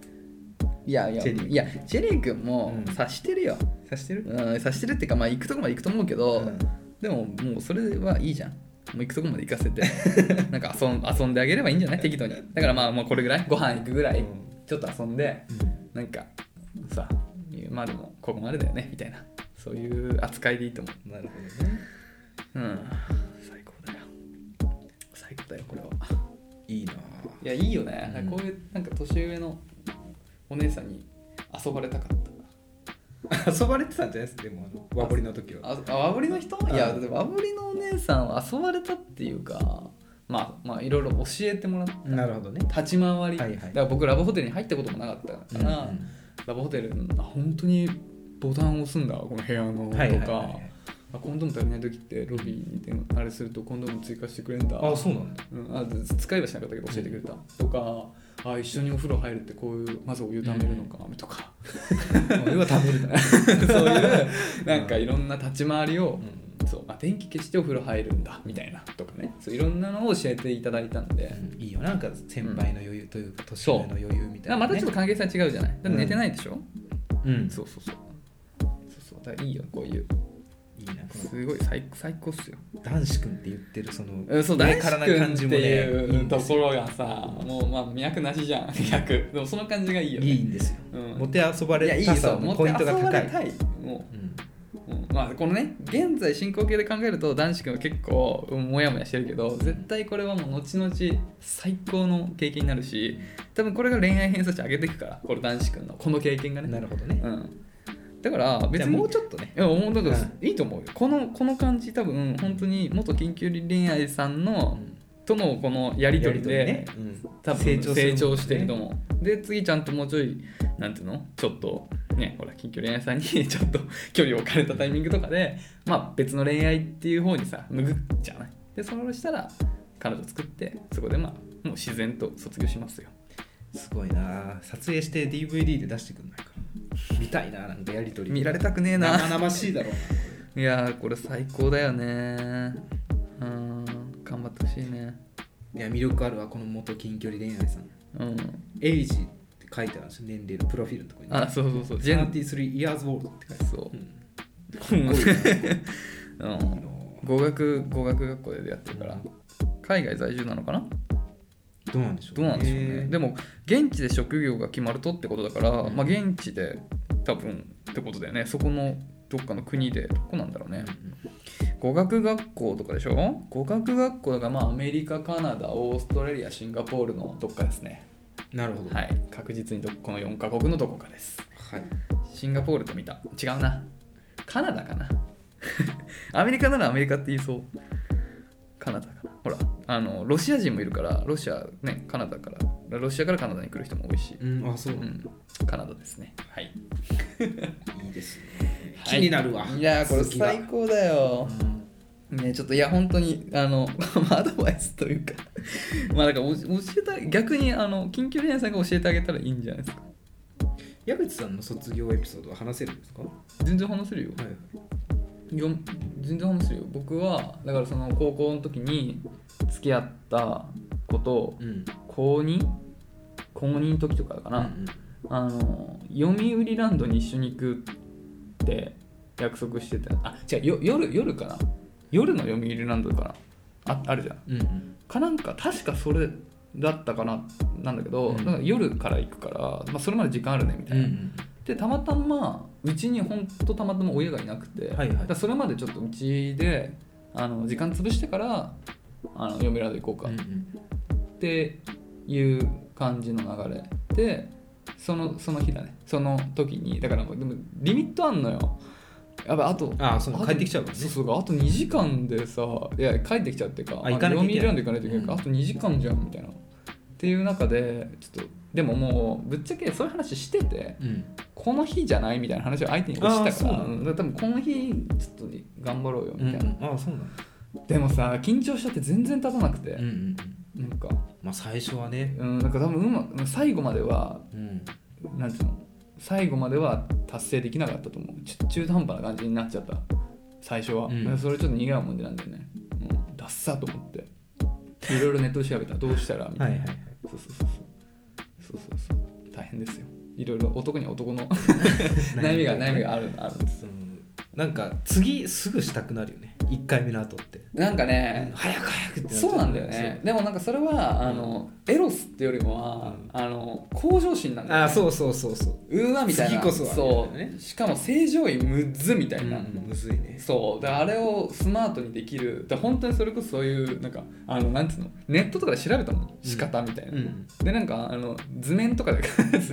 Speaker 2: いやいや
Speaker 1: チェリー
Speaker 2: いやチェリー君も
Speaker 1: うん
Speaker 2: 察してるよ、
Speaker 1: 察してる
Speaker 2: うん、察してるっていうかまあ行くとこまで行くと思うけど、
Speaker 1: うん
Speaker 2: でももうそれはいいじゃんもう行くとこまで行かせて なんか遊ん遊んであげればいいんじゃない適度にだからまあまあこれぐらいご飯行くぐらい、
Speaker 1: うん
Speaker 2: ちょっと遊んでなんかさまあでもここまでだよねみたいなそういう扱いでいいと思
Speaker 1: なるほどね
Speaker 2: ううん最高だよ最高だよこれはい
Speaker 1: いない
Speaker 2: やいいよね、
Speaker 1: うん
Speaker 2: こういうなんか年上のお姉さんに遊ばれたかった
Speaker 1: ぁ 遊ばれてたんじゃないですかでもあの和彫りの時は
Speaker 2: ああ和ぶりの人
Speaker 1: うん
Speaker 2: いやでも和ぶりのお姉さんは遊ばれたっていうかまあまあいろいろ教えてもらった
Speaker 1: なるほどね
Speaker 2: 立ち回り、
Speaker 1: はいはい
Speaker 2: だから僕ラブホテルに入ったこともなかったから、
Speaker 1: うん
Speaker 2: ラブホテルの本当にボタンを押すんだこの部屋のとか、
Speaker 1: はいはいはいはい
Speaker 2: あコンドーム足りない時ってロビーにでもあれするとコンドーム追加してくれんだ
Speaker 1: あそうなんだ
Speaker 2: うん、あず使いはしなかったけど教えてくれた、とかあ一緒にお風呂入るってこういうまずお湯ためるのか、と か
Speaker 1: 俺は食べるだ、
Speaker 2: そういうなんかいろんな立ち回りを、そうあ電気消してお風呂入るんだみたいなとかねそういろんなのを教えていただいたんで、
Speaker 1: うんいいよなんか先輩の余裕というか年上の余裕みたい
Speaker 2: だから
Speaker 1: な、ね、
Speaker 2: またちょっと関係性は違うじゃないだって寝てないでしょ、
Speaker 1: うん
Speaker 2: そうそうそうそうそうだからいいよこういう
Speaker 1: いいなこの
Speaker 2: すごい最最高っすよ
Speaker 1: 男子くんって言ってるその
Speaker 2: うんそう
Speaker 1: 上
Speaker 2: 大
Speaker 1: か
Speaker 2: からら
Speaker 1: な
Speaker 2: な
Speaker 1: 感
Speaker 2: 感
Speaker 1: じ
Speaker 2: じ
Speaker 1: も
Speaker 2: も
Speaker 1: ね
Speaker 2: ねいうところがさもうまあ脈なしじゃん脈でもその感じがいいよね
Speaker 1: いいんですよ、
Speaker 2: うん
Speaker 1: モテ遊ば
Speaker 2: いや
Speaker 1: れ
Speaker 2: いい
Speaker 1: た
Speaker 2: よ
Speaker 1: さ
Speaker 2: そう
Speaker 1: の
Speaker 2: もっ
Speaker 1: ポ
Speaker 2: と
Speaker 1: イントが
Speaker 2: 遊ば
Speaker 1: 高
Speaker 2: れ
Speaker 1: い
Speaker 2: たいも
Speaker 1: うん
Speaker 2: う、うんまあこのね現在進行形で考えると男子君は結構うんモヤモヤしてるけど絶対これはもう後々最高の経験になるし多分これが恋愛偏差値上げていくからこれ男子君のこの経験がね
Speaker 1: なるほどね、
Speaker 2: うん、だから別
Speaker 1: じゃあ
Speaker 2: に
Speaker 1: もうちょっとね
Speaker 2: いや思うだから
Speaker 1: う
Speaker 2: いいと思うよこのこの感じ多分本当に元緊急恋愛さんのとのこのやり取りで
Speaker 1: やりとりねうん
Speaker 2: 多分
Speaker 1: 成
Speaker 2: 成
Speaker 1: 長
Speaker 2: 長
Speaker 1: するもんね
Speaker 2: してると思うで次ちゃんともうちょいなんていうのちょっとねほら緊急恋愛さんにちょっと距離を置かれたタイミングとかでまあ別の恋愛っていう方にさ脱ぐじゃないでそれをしたら彼女作ってそこでまあもう自然と卒業しますよ
Speaker 1: すごいな撮影して DVD で出してくんないかな見たいななんかやりとり
Speaker 2: 見られたくねえな
Speaker 1: 生々しいだろう
Speaker 2: いやーこれ最高だよねうーん頑張ってほしいね
Speaker 1: ないや魅力あるわこの元近距離恋愛さん
Speaker 2: うん
Speaker 1: エイジって書いてあるんですよ年齢のプロフィールのところに
Speaker 2: あそうそうそうジェンティ
Speaker 1: 33 years old って書いてある
Speaker 2: そ
Speaker 1: う
Speaker 2: う
Speaker 1: ん
Speaker 2: うん
Speaker 1: すごいな
Speaker 2: うん語学語学学校でやってるから海外在住なのかな
Speaker 1: どうなんでしょう
Speaker 2: どうなんでしょうね、
Speaker 1: えー
Speaker 2: でも現地で職業が決まるとってことだから、
Speaker 1: うん
Speaker 2: まあ現地で多分ってことだよねそこのどっかの国でどこなんだろうね語学学校とかでしょ語学学校だからまあアメリカカナダオーストラリアシンガポールのどっかですね
Speaker 1: なるほど
Speaker 2: はい確実にどこの4カ国のどこかです
Speaker 1: はい
Speaker 2: シンガポールと見た違うなカナダかな アメリカならアメリカって言いそうカナダかなほらあのロシア人もいるからロシアねカナダからロシアからカナダに来る人も多いし、
Speaker 1: うんあそうう、
Speaker 2: ん、カナダですねはい
Speaker 1: いいですね気になるわ、
Speaker 2: いやーこれ
Speaker 1: 続きが
Speaker 2: 最高だよ
Speaker 1: うん
Speaker 2: ねちょっといや本当にあの アドバイスというか まあだからお教えた逆にあの緊急連さんが教えてあげたらいいんじゃないですか
Speaker 1: 矢口さんの卒業エピソードは話せるんですかは
Speaker 2: 全然話せるよよ全然話するよ僕はだからその高校の時に付き合った子と
Speaker 1: いうん
Speaker 2: 高2高2の時とかかな、
Speaker 1: うん
Speaker 2: あの読売ランドに一緒に行くって約束してたあ違うよ夜夜かな夜の読売ランドかなああるじゃん
Speaker 1: うんうん
Speaker 2: かなんか確かそれだったかななんだけど、
Speaker 1: うん
Speaker 2: なんか夜から行くから、まあ、それまで時間あるねみた
Speaker 1: う
Speaker 2: い
Speaker 1: ん
Speaker 2: な、
Speaker 1: うん
Speaker 2: でたまたまうちにほんとたまたま親がいなくて、
Speaker 1: はいはい
Speaker 2: だからそれまでちょっとうちであの時間潰してからあの嫁らで行こうか
Speaker 1: うんう
Speaker 2: っ
Speaker 1: ん
Speaker 2: ていう感じの流れでそのその日だねその時にだからもうでもリミットあんのよやっぱあと
Speaker 1: ああその
Speaker 2: と
Speaker 1: 帰ってきちゃうからね
Speaker 2: そうそうあと2時間でさいや帰ってきちゃうっていうか
Speaker 1: あ行かなきゃいけない
Speaker 2: 読売ランド行かないといけないから、あと2時間じゃんみたいなっていう中でちょっとでももうぶっちゃけそういう話してて、
Speaker 1: うん
Speaker 2: この日じゃないみたいな話を相手に押したから
Speaker 1: あーそうなんだ
Speaker 2: うんだから多分この日ちょっと頑張ろうよ
Speaker 1: うん
Speaker 2: みたいな、
Speaker 1: ああそうなんだ
Speaker 2: でもさ緊張しちゃって全然立たなくて
Speaker 1: うんう、んうん
Speaker 2: なんか、
Speaker 1: まあ最初はね
Speaker 2: うん、なんか多分うま最後までは
Speaker 1: うん
Speaker 2: なんていうの最後までは達成できなかったと思うちょ中途半端な感じになっちゃった最初は、
Speaker 1: うん
Speaker 2: だからそれちょっと苦いもんでなんだよね、うん、ダッサと思っていろいろネットで調べたどうしたらみた
Speaker 1: はいい
Speaker 2: な、
Speaker 1: はいはい
Speaker 2: そうそうそうそうそうそうそう大変ですよいろいろ男には 男の 悩みが悩みがあるあるんです
Speaker 1: そのなんか次すぐしたくなるよね1回目の後って
Speaker 2: なんかね、
Speaker 1: 早く早くってっちゃ
Speaker 2: そうなんだよねでもなんかそれはあのエロスってよりもは、
Speaker 1: うん
Speaker 2: あの向上心な
Speaker 1: そう
Speaker 2: んだよ、ね、
Speaker 1: ああそうそうそうそう
Speaker 2: うーわみたいな
Speaker 1: 次こそは
Speaker 2: そ
Speaker 1: みたいなね
Speaker 2: うしかも正常位むずみたいな、
Speaker 1: うんむずいね
Speaker 2: そうだからあれをスマートにできるだから本当にそれこそそういうなんかあのなんつうのネットとかで調べたもん仕方みたいな、
Speaker 1: うん
Speaker 2: でなんかあの図面とかで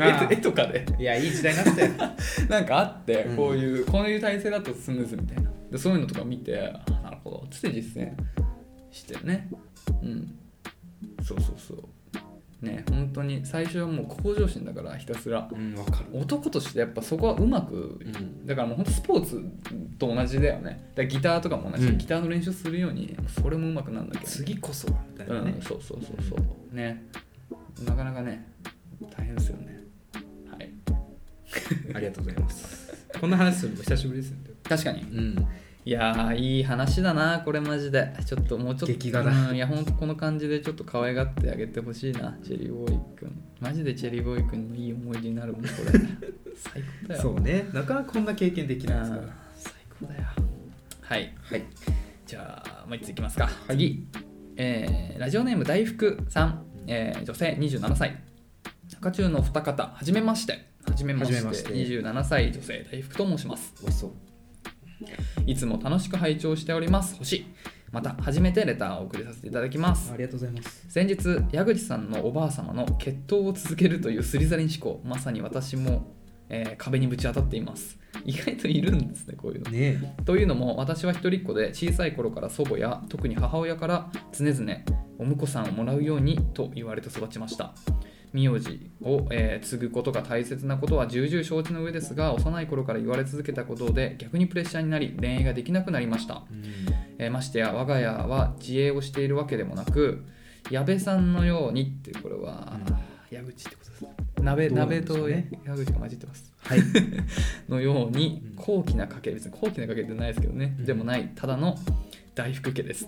Speaker 1: あ
Speaker 2: 絵とかで
Speaker 1: いやいい時代になったよ
Speaker 2: なんかあって、
Speaker 1: うん
Speaker 2: こういうこういう体勢だとスムーズみたいなでそういうのとか見てあなるほどつって実践してるねうんそうそうそうね本当に最初はもう向上心だからひたすら
Speaker 1: うんわかる
Speaker 2: 男としてやっぱそこはうまく
Speaker 1: うん
Speaker 2: だからもう本当スポーツと同じだよねだからギターとかも同じ、
Speaker 1: うん
Speaker 2: ギターの練習するようにそれもうまくなんだけど
Speaker 1: 次こそはみたいな
Speaker 2: う
Speaker 1: ね
Speaker 2: ん、そうそうそうそうねなかなかね大変ですよねはい
Speaker 1: ありがとうございますこんな話するの久しぶりですね
Speaker 2: 確かに
Speaker 1: うん
Speaker 2: いやーいい話だなこれマジでちょっともうちょっと
Speaker 1: 劇画だ
Speaker 2: うんいやほんとこの感じでちょっと可愛がってあげてほしいなチェリーボーイくんマジでチェリーボーイくんのいい思い出になるもんこ れ最高だよ
Speaker 1: そうねなかなかこんな経験できないですか
Speaker 2: うん
Speaker 1: ら
Speaker 2: 最高だよはい
Speaker 1: はい
Speaker 2: じゃあもう一ついきますか、次、えーラジオネーム大福さん、えー女性27歳中中のお二方はじめましてはじめまして
Speaker 1: はじめまして
Speaker 2: 27歳女性大福と申します
Speaker 1: 美味しそう
Speaker 2: いつも楽しく拝聴しております星また初めてレターを送りさせていただきます
Speaker 1: ありがとうございます
Speaker 2: 先日矢口さんのおばあ様の決闘を続けるというスリザリン思考まさに私も、えー壁にぶち当たっています意外といるんですねこういうの
Speaker 1: ね
Speaker 2: というのも私は一人っ子で小さい頃から祖母や特に母親から常々お婿さんをもらうようにと言われて育ちました名字を、えー継ぐことが大切なことは重々承知の上ですが幼い頃から言われ続けたことで逆にプレッシャーになり恋愛ができなくなりましたえーましてや我が家は自衛をしているわけでもなく矢部さんのようにってこれは、矢口ってことですね鍋
Speaker 1: どうなんで
Speaker 2: 鍋
Speaker 1: しょ
Speaker 2: と
Speaker 1: う
Speaker 2: 矢
Speaker 1: ね
Speaker 2: 口が混じってます
Speaker 1: はい
Speaker 2: のように
Speaker 1: うん
Speaker 2: 高貴な家系別に高貴な家系ってないですけどね、
Speaker 1: うん
Speaker 2: でもないただの大福家です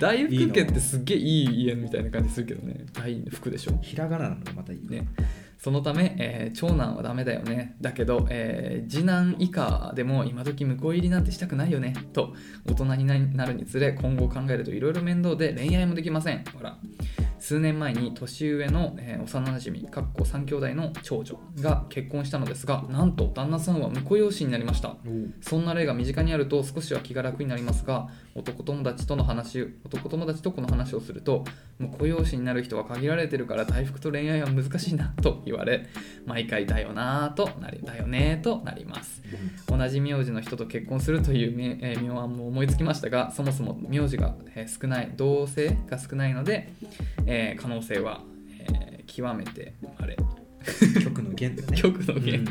Speaker 2: 大福家ってすっげえいい家みたいな感じするけどね大福でしょ
Speaker 1: ひらがななのがまたいい
Speaker 2: ね、そのため、えー長男はダメだよねだけど、えー次男以下でも今時婿入りなんてしたくないよねと大人になるにつれ今後考えるといろいろ面倒で恋愛もできませんほら数年前に年上の、えー幼なじみかっこ3兄弟の長女が結婚したのですがなんと旦那さんは婿養子になりました
Speaker 1: おう
Speaker 2: そんな例が身近にあると少しは気が楽になりますが男友達との話男友達とこの話をするともう雇用士になる人は限られてるから大福と恋愛は難しいなと言われ毎回だよなぁとなりだよねとなります同じ名字の人と結婚するというめ、えー妙案も思いつきましたがそもそも名字が、えー少ない同性が少ないので、えー可能性は、えー極めてあれ
Speaker 1: 曲の弦だね
Speaker 2: 極の限
Speaker 1: うん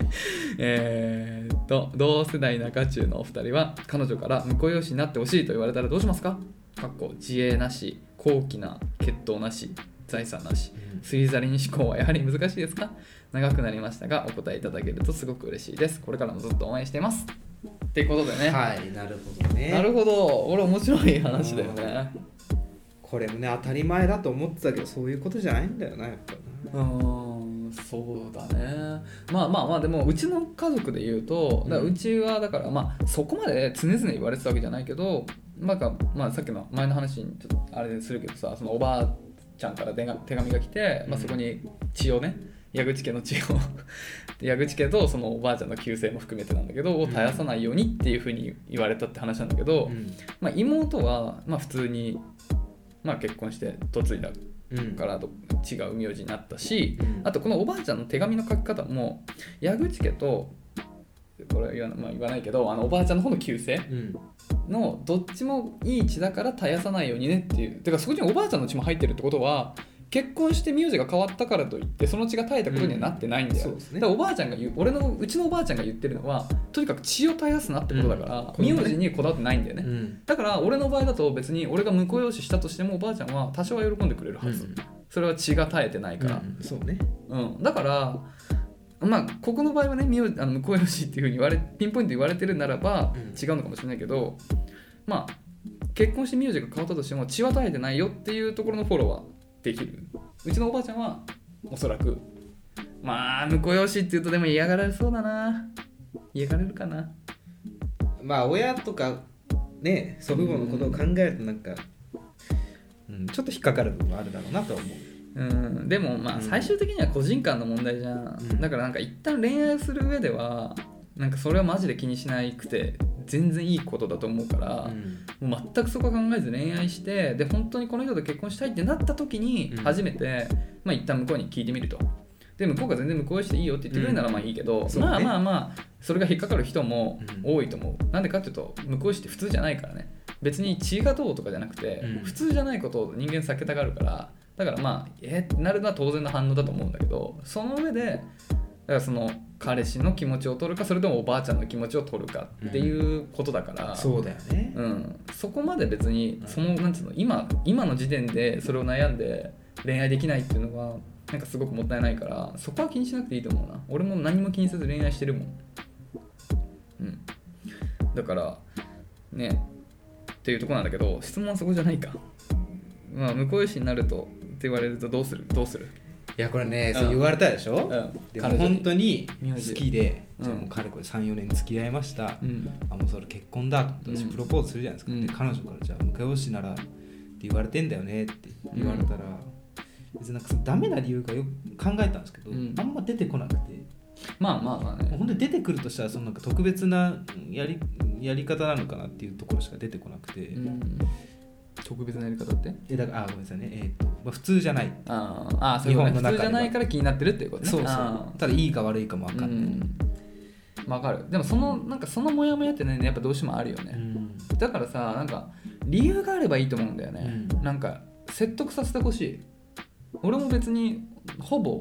Speaker 2: えーっと同世代中中のお二人は彼女から婿養子になってほしいと言われたらどうしますかかっこ自衛なし高貴な血統なし財産なしスリザリン思考はやはり難しいですか長くなりましたがお答えいただけるとすごく嬉しいですこれからもずっと応援していますっていうことでね、
Speaker 1: はいなるほどね
Speaker 2: なるほど俺面白い話だよね
Speaker 1: これもね当たり前だと思ってたけどそういうことじゃないんだよなやっぱな
Speaker 2: うーんそうだねまあまあまあでもうちの家族で言うとだから
Speaker 1: うん
Speaker 2: うちはだからまあそこまで常々言われてたわけじゃないけどなんかまあさっきの前の話にちょっとあれでするけどさそのおばあちゃんから手が手紙が来て、まあ、
Speaker 1: うん
Speaker 2: そこに血をね矢口家の血を で矢口家とそのおばあちゃんの旧姓も含めてなんだけどを絶やさないようにっていうふうに言われたって話なんだけど、
Speaker 1: うん
Speaker 2: まあ、妹はまあ普通に、まあ、結婚して嫁いだ
Speaker 1: うん
Speaker 2: からと違う名字になったし、
Speaker 1: うん
Speaker 2: あとこのおばあちゃんの手紙の書き方も矢口家とこれは言わ,、まあ、言わないけどあのおばあちゃんの方の旧姓
Speaker 1: うん
Speaker 2: のどっちもいい血だから絶やさないようにねっていうてかそこにおばあちゃんの血も入ってるってことは結婚して名字が変わったからといってその血が絶えたことにはなってないんだ
Speaker 1: う
Speaker 2: よ、
Speaker 1: んそうですね
Speaker 2: だからおばあちゃんが言う俺のうちのおばあちゃんが言ってるのはとにかく血を絶やすなってことだから、
Speaker 1: うん
Speaker 2: 名字にこだわってないんだよね、
Speaker 1: うん
Speaker 2: だから俺の場合だと別に俺が婿養子したとしてもおばあちゃんは多少は喜んでくれるはず、それは血が絶えてないから、
Speaker 1: うんそうね
Speaker 2: うん、だからまあここの場合はね名あの婿養子っていうふうに言われピンポイントで言われてるならば
Speaker 1: うん
Speaker 2: 違うのかもしれないけど、まあ結婚して名字が変わったとしても血は絶えてないよっていうところのフォローはできるうちのおばあちゃんはおそらくまあ婿養子っていうとでも嫌がられそうだな嫌がられるかな
Speaker 1: まあ親とかね祖父母のことを考えるとなんか、うん、ちょっと引っかかる部分はあるだろうなとは思う
Speaker 2: うん、でもま
Speaker 1: う
Speaker 2: あ
Speaker 1: ん
Speaker 2: 最終的には個人間の問題じゃん、
Speaker 1: うん
Speaker 2: だからなんか一旦恋愛する上ではなんかそれはマジで気にしなくて全然いいことだと思うから、もう全くそこは考えず恋愛してで本当にこの人と結婚したいってなった時に
Speaker 1: うん
Speaker 2: 初めて、まあ一旦向こうに聞いてみるとで向こうが全然向こうへしていいよって言ってくれるなら
Speaker 1: うん
Speaker 2: まあいいけど、
Speaker 1: そうね
Speaker 2: まあまあまあそれが引っかかる人も
Speaker 1: うん
Speaker 2: 多いと思う、なんでかっていうと向こうへして普通じゃないからね別に血がどうとかじゃなくて、
Speaker 1: うん
Speaker 2: 普通じゃないことを人間避けたがるからだからまあえーってなるのは当然の反応だと思うんだけどその上でだからその彼氏の気持ちを取るかそれともおばあちゃんの気持ちを取るかっていうことだから、
Speaker 1: そうだよね、
Speaker 2: うん、そこまで別に
Speaker 1: うん
Speaker 2: そのなんつうの今今の時点でそれを悩んで恋愛できないっていうのがなんかすごくもったいないからそこは気にしなくていいと思うな俺も何も気にせず恋愛してるもん、うん、だからねっていうとこなんだけど質問はそこじゃないかまあ婿養子になるとって言われるとどうするどうする、
Speaker 1: いやこれね、
Speaker 2: うん
Speaker 1: そう言われたでしょ、でも
Speaker 2: 彼女
Speaker 1: 本当に
Speaker 2: 名字
Speaker 1: 好きで、
Speaker 2: うん
Speaker 1: じゃあもうかれこれ34年付き合いました、
Speaker 2: うん
Speaker 1: あもうそれ結婚だと思って
Speaker 2: うん
Speaker 1: 私プロポーズするじゃないですか、
Speaker 2: うん
Speaker 1: で彼女からじゃあ婿養子ならって言われてんだよねって言われたら、別になんかそのダメな理由がよく考えたんですけど、
Speaker 2: うん
Speaker 1: あんま出てこなくて
Speaker 2: まあまあまあね
Speaker 1: 本当に出てくるとしたらそのなんか特別なやりやり方なのかなっていうところしか出てこなくて、
Speaker 2: うん特別なやり方って
Speaker 1: えだからあごめんなさいね、えーとまあ、普通じゃない
Speaker 2: あーあーそういうことね
Speaker 1: 日本の中で
Speaker 2: 普通
Speaker 1: は
Speaker 2: じゃないから気になってるっていうことね
Speaker 1: そうそ
Speaker 2: あ
Speaker 1: うただいいか悪いかも
Speaker 2: ー
Speaker 1: 分かんない、
Speaker 2: うんわかるでもそのなんかそのモヤモヤってねやっぱどうしてもあるよね、だからさなんか理由があればいいと思うんだよね、
Speaker 1: うん
Speaker 2: なんか説得させてほしい俺も別にほぼ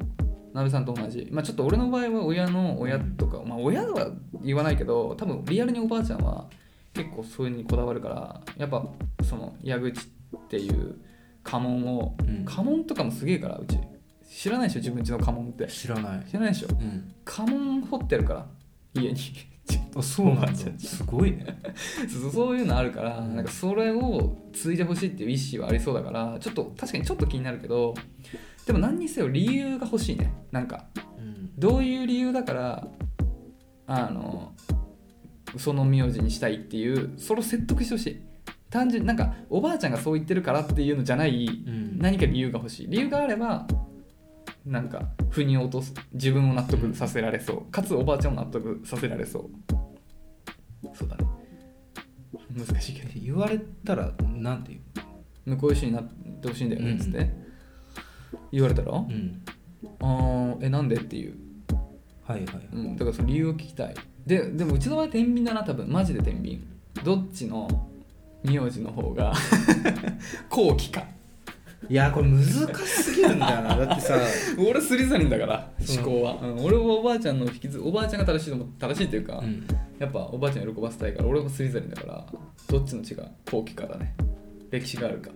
Speaker 2: 鍋さんと同じ、まあ、ちょっと俺の場合は親の親とか、まあ、親は言わないけど多分リアルにおばあちゃんは結構そういうのにこだわるからやっぱその矢口っていう家紋を、
Speaker 1: うん
Speaker 2: 家紋とかもすげえからうち知らないでしょ自分家の家紋って
Speaker 1: 知らない、
Speaker 2: 知らないでしょ
Speaker 1: うん、
Speaker 2: 家紋掘ってるから家に
Speaker 1: あそうなん
Speaker 2: おば
Speaker 1: だ
Speaker 2: あちゃん
Speaker 1: すごいね
Speaker 2: そうそういうのあるから
Speaker 1: うん
Speaker 2: なんかそれを継いでほしいっていう意思はありそうだからちょっと確かにちょっと気になるけどでも何にせよ理由が欲しいねなんか
Speaker 1: うん
Speaker 2: どういう理由だからあのその名字にしたいっていうそれを説得してほしい単純になんかおばあちゃんがそう言ってるからっていうのじゃない
Speaker 1: うん
Speaker 2: 何か理由が欲しい理由があればなんか腑に落とす自分を納得させられそうかつおばあちゃんを納得させられそうそうだね難しいけど
Speaker 1: 言われたらなんて言
Speaker 2: 向こう一緒になってほしいんだよねっつって、
Speaker 1: うん
Speaker 2: 言われたら、
Speaker 1: う、うん、
Speaker 2: ああえなんでっていう、
Speaker 1: はいはいはい、
Speaker 2: うん、だからその理由を聞きたいででもうちの場合天秤だな多分マジで天秤どっちの名字の方が 後期か
Speaker 1: いやこれ難しすぎるんだよなだってさ
Speaker 2: 俺スリザリンだから
Speaker 1: そう
Speaker 2: 思考は、うん俺はおばあちゃんの引きずおばあちゃんが正しいと思正しいっていうか、
Speaker 1: うん
Speaker 2: やっぱおばあちゃんを喜ばせたいから俺もスリザリンだからどっちの血が後期かだね歴史があるか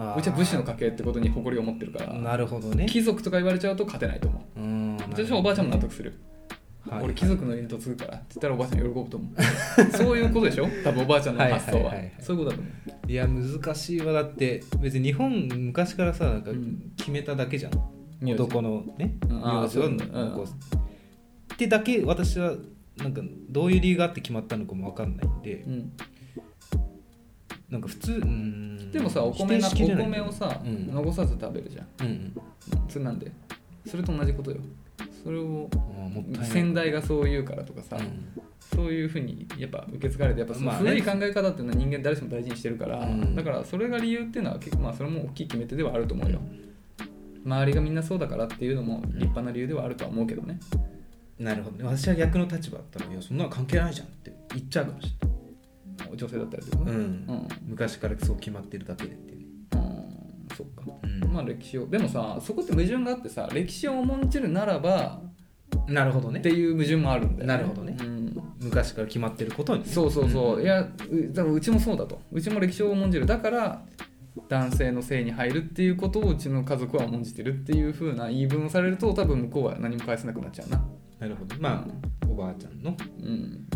Speaker 1: あー
Speaker 2: うちは武士の家系ってことに誇りを持ってるから
Speaker 1: なるほどね
Speaker 2: 貴族とか言われちゃうと勝てないと思う
Speaker 1: うん
Speaker 2: 私はおばあちゃんも納得する、
Speaker 1: はい
Speaker 2: 俺貴族の家に嫁ぐからって言ったらおばあちゃん喜ぶと 思うそういうことでしょ多分おばあちゃんの発想は,、
Speaker 1: はいはいはいはい
Speaker 2: そういうことだと思
Speaker 1: いや難しいわだって別に日本昔からさなんか
Speaker 2: うん
Speaker 1: 決めただけじゃん、
Speaker 2: う
Speaker 1: 男のね
Speaker 2: うんあ
Speaker 1: 名
Speaker 2: ー
Speaker 1: 字を
Speaker 2: そう
Speaker 1: 残
Speaker 2: だねうん
Speaker 1: す、ってだけ私はなんかどういう理由があって決まったのかも分かんないんで、
Speaker 2: うん、
Speaker 1: なんか普通うーん
Speaker 2: でもさお米な
Speaker 1: 否定しきれ
Speaker 2: お
Speaker 1: ない
Speaker 2: 米をさ、
Speaker 1: うん
Speaker 2: 残さず食べるじゃん
Speaker 1: うんうん
Speaker 2: それなんでそれと同じことよそれを
Speaker 1: あーもったいない
Speaker 2: 先代がそう言うからとかさ、
Speaker 1: うん
Speaker 2: そういうふうにやっぱ受け継がれてやっぱその
Speaker 1: まあね
Speaker 2: 古い考え方っていうのは人間誰しも大事にしてるから、
Speaker 1: うん
Speaker 2: だからそれが理由っていうのは結構まあそれも大きい決め手ではあると思うよ周りがみんなそうだからっていうのも立派な理由ではあるとは思うけどね
Speaker 1: なるほどね私は逆の立場だったのいやそんなの関係ないじゃんって言っちゃうかもし
Speaker 2: 女性だったりとか
Speaker 1: れな
Speaker 2: ね
Speaker 1: い、
Speaker 2: うん、
Speaker 1: 昔からそう決まってるだけでっていうね、
Speaker 2: うんそっか
Speaker 1: うん
Speaker 2: まあ歴史をでもさそこって矛盾があってさ歴史を重んじるならば
Speaker 1: なるほどね
Speaker 2: っていう矛盾もあるんだよ、
Speaker 1: なるほどね
Speaker 2: うん
Speaker 1: 昔から決まってることに
Speaker 2: そうそうそう、いやうでもうちもそうだとうちも歴史を重んじるだから男性の性に入るっていうことをうちの家族は重んじてるっていうふうな言い分をされると多分向こうは何も返せなくなっちゃうな
Speaker 1: なるほどまあおばあちゃんの
Speaker 2: うん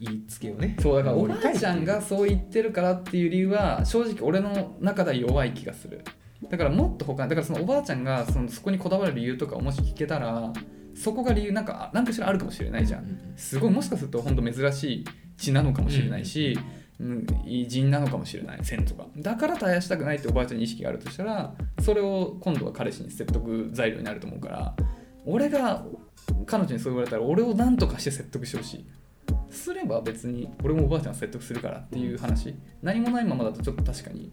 Speaker 1: 言いつけをね
Speaker 2: そうだからお
Speaker 1: 守
Speaker 2: ば
Speaker 1: りた
Speaker 2: あ
Speaker 1: いって
Speaker 2: ち
Speaker 1: いう
Speaker 2: ゃんがそう言ってるからっていう理由は正直俺の中では弱い気がするだからもっと他だからそのおばあちゃんがそのそこにこだわる理由とかをもし聞けたらそこが理由なんか何かしらあるかもしれないじゃん
Speaker 1: うん
Speaker 2: すごいもしかすると本当珍しい血なのかもしれないし、うん、偉人なのかもしれない先祖がだから絶やしたくないっておばあちゃんに意識があるとしたらそれを今度は彼氏に説得材料になると思うから俺が彼女にそう言われたら俺を何とかして説得してほしいすれば別に俺もおばあちゃんを説得するからっていう話何もないままだとちょっと確かに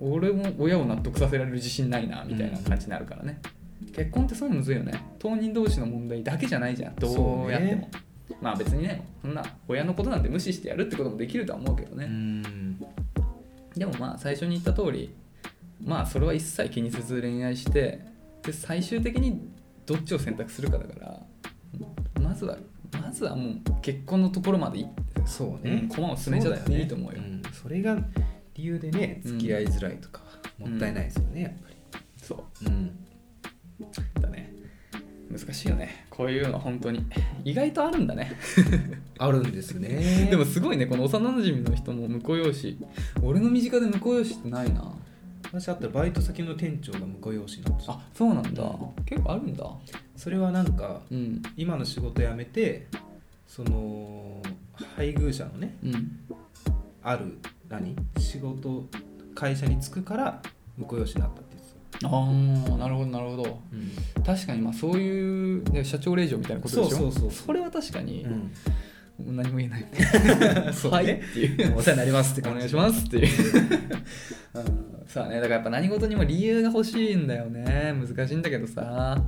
Speaker 2: 俺も親を納得させられる自信ないなみたいな感じになるからね、結婚ってそういうのむずいよね当人同士の問題だけじゃないじゃんどうやっても、まあ別にねそんな親のことなんて無視してやるってこともできるとは思うけど
Speaker 1: う
Speaker 2: ね、
Speaker 1: ん
Speaker 2: でもまあ最初に言った通りまあそれは一切気にせず恋愛してで最終的にどっちを選択するかだからまずはまずはもう結婚のところまでい
Speaker 1: そう
Speaker 2: うん
Speaker 1: ね
Speaker 2: 駒を進めちゃっていいと思う
Speaker 1: そ
Speaker 2: よ
Speaker 1: だねんそれが理由でね付き合いづらいとか
Speaker 2: うん
Speaker 1: はもったいないですよねやっぱ
Speaker 2: そ
Speaker 1: りうん
Speaker 2: うだね難しいよねこういうの本当に意外とあるんだね
Speaker 1: あるんですね
Speaker 2: でもすごいねこの幼馴染の人も婿養子俺の身近で婿養子ってないな
Speaker 1: 私あったらバイト先の店長が婿養子なんですよ
Speaker 2: あそうなんだ結構あるんだ
Speaker 1: それはなんか
Speaker 2: うん
Speaker 1: 今の仕事辞めてその配偶者のね
Speaker 2: うん
Speaker 1: ある何仕事会社に就くから婿養子になったって
Speaker 2: ああなるほどなるほど
Speaker 1: 言って
Speaker 2: 確かにまあそういうね社長令嬢みたいなことでし
Speaker 1: そ
Speaker 2: ょ
Speaker 1: うそうそう
Speaker 2: それは確かに
Speaker 1: た、うん
Speaker 2: 何も言えない、
Speaker 1: うん、そう
Speaker 2: はいっ
Speaker 1: ね
Speaker 2: ていう
Speaker 1: お世話になりますって
Speaker 2: お
Speaker 1: 感
Speaker 2: 願い
Speaker 1: じ
Speaker 2: しますっていう うんさあねだからやっぱ何事にも理由が欲しいんだよね難しいんだけどさ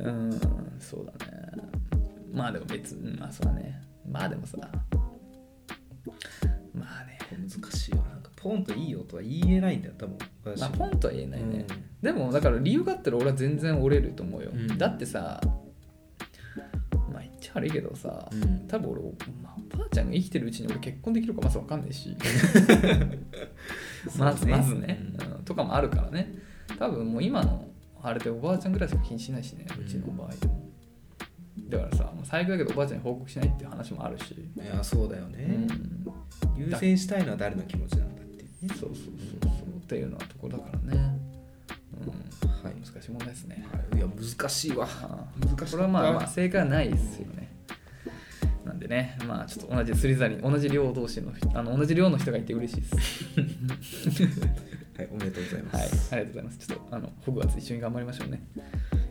Speaker 2: うんそうだねまあでも別にまあそうだねまあでもさまあね
Speaker 1: 難しいよなんかポンといいよとは言えないんだよ多分私
Speaker 2: まあポンとは言えないね、
Speaker 1: うん
Speaker 2: でもだから理由があったら俺は全然折れると思うよ、
Speaker 1: うん
Speaker 2: だってさまあ言っちゃ悪いけどさ、
Speaker 1: うん
Speaker 2: 多分俺、まあ、おばあちゃんが生きてるうちに俺結婚できるかまず分かんな いしまず
Speaker 1: そうね
Speaker 2: まずね、
Speaker 1: う
Speaker 2: うんとかもあるからね多分もう今のあれでおばあちゃんぐらいしか気にしないしね
Speaker 1: うん
Speaker 2: うちの場合でもだからさもう最悪だけどおばあちゃんに報告しないっていう話もあるし、
Speaker 1: いやそうだよね、
Speaker 2: うん
Speaker 1: 優先したいのは誰の気持ちなんだっていうね
Speaker 2: そうそうそうそうっていうのはとこだからね、うん、
Speaker 1: はい
Speaker 2: 難しい問題ですね
Speaker 1: いや難しいわ
Speaker 2: 難しいこれはまあまあ正解はないですよねなんでねまあちょっと同じ釣りざり同じ量同士の人あの同じ量の人がいて嬉しいです
Speaker 1: はいおめでとうございま
Speaker 2: はいあり
Speaker 1: す、
Speaker 2: がとうございますちょっとあのホグワーツ一緒に頑張りましょうね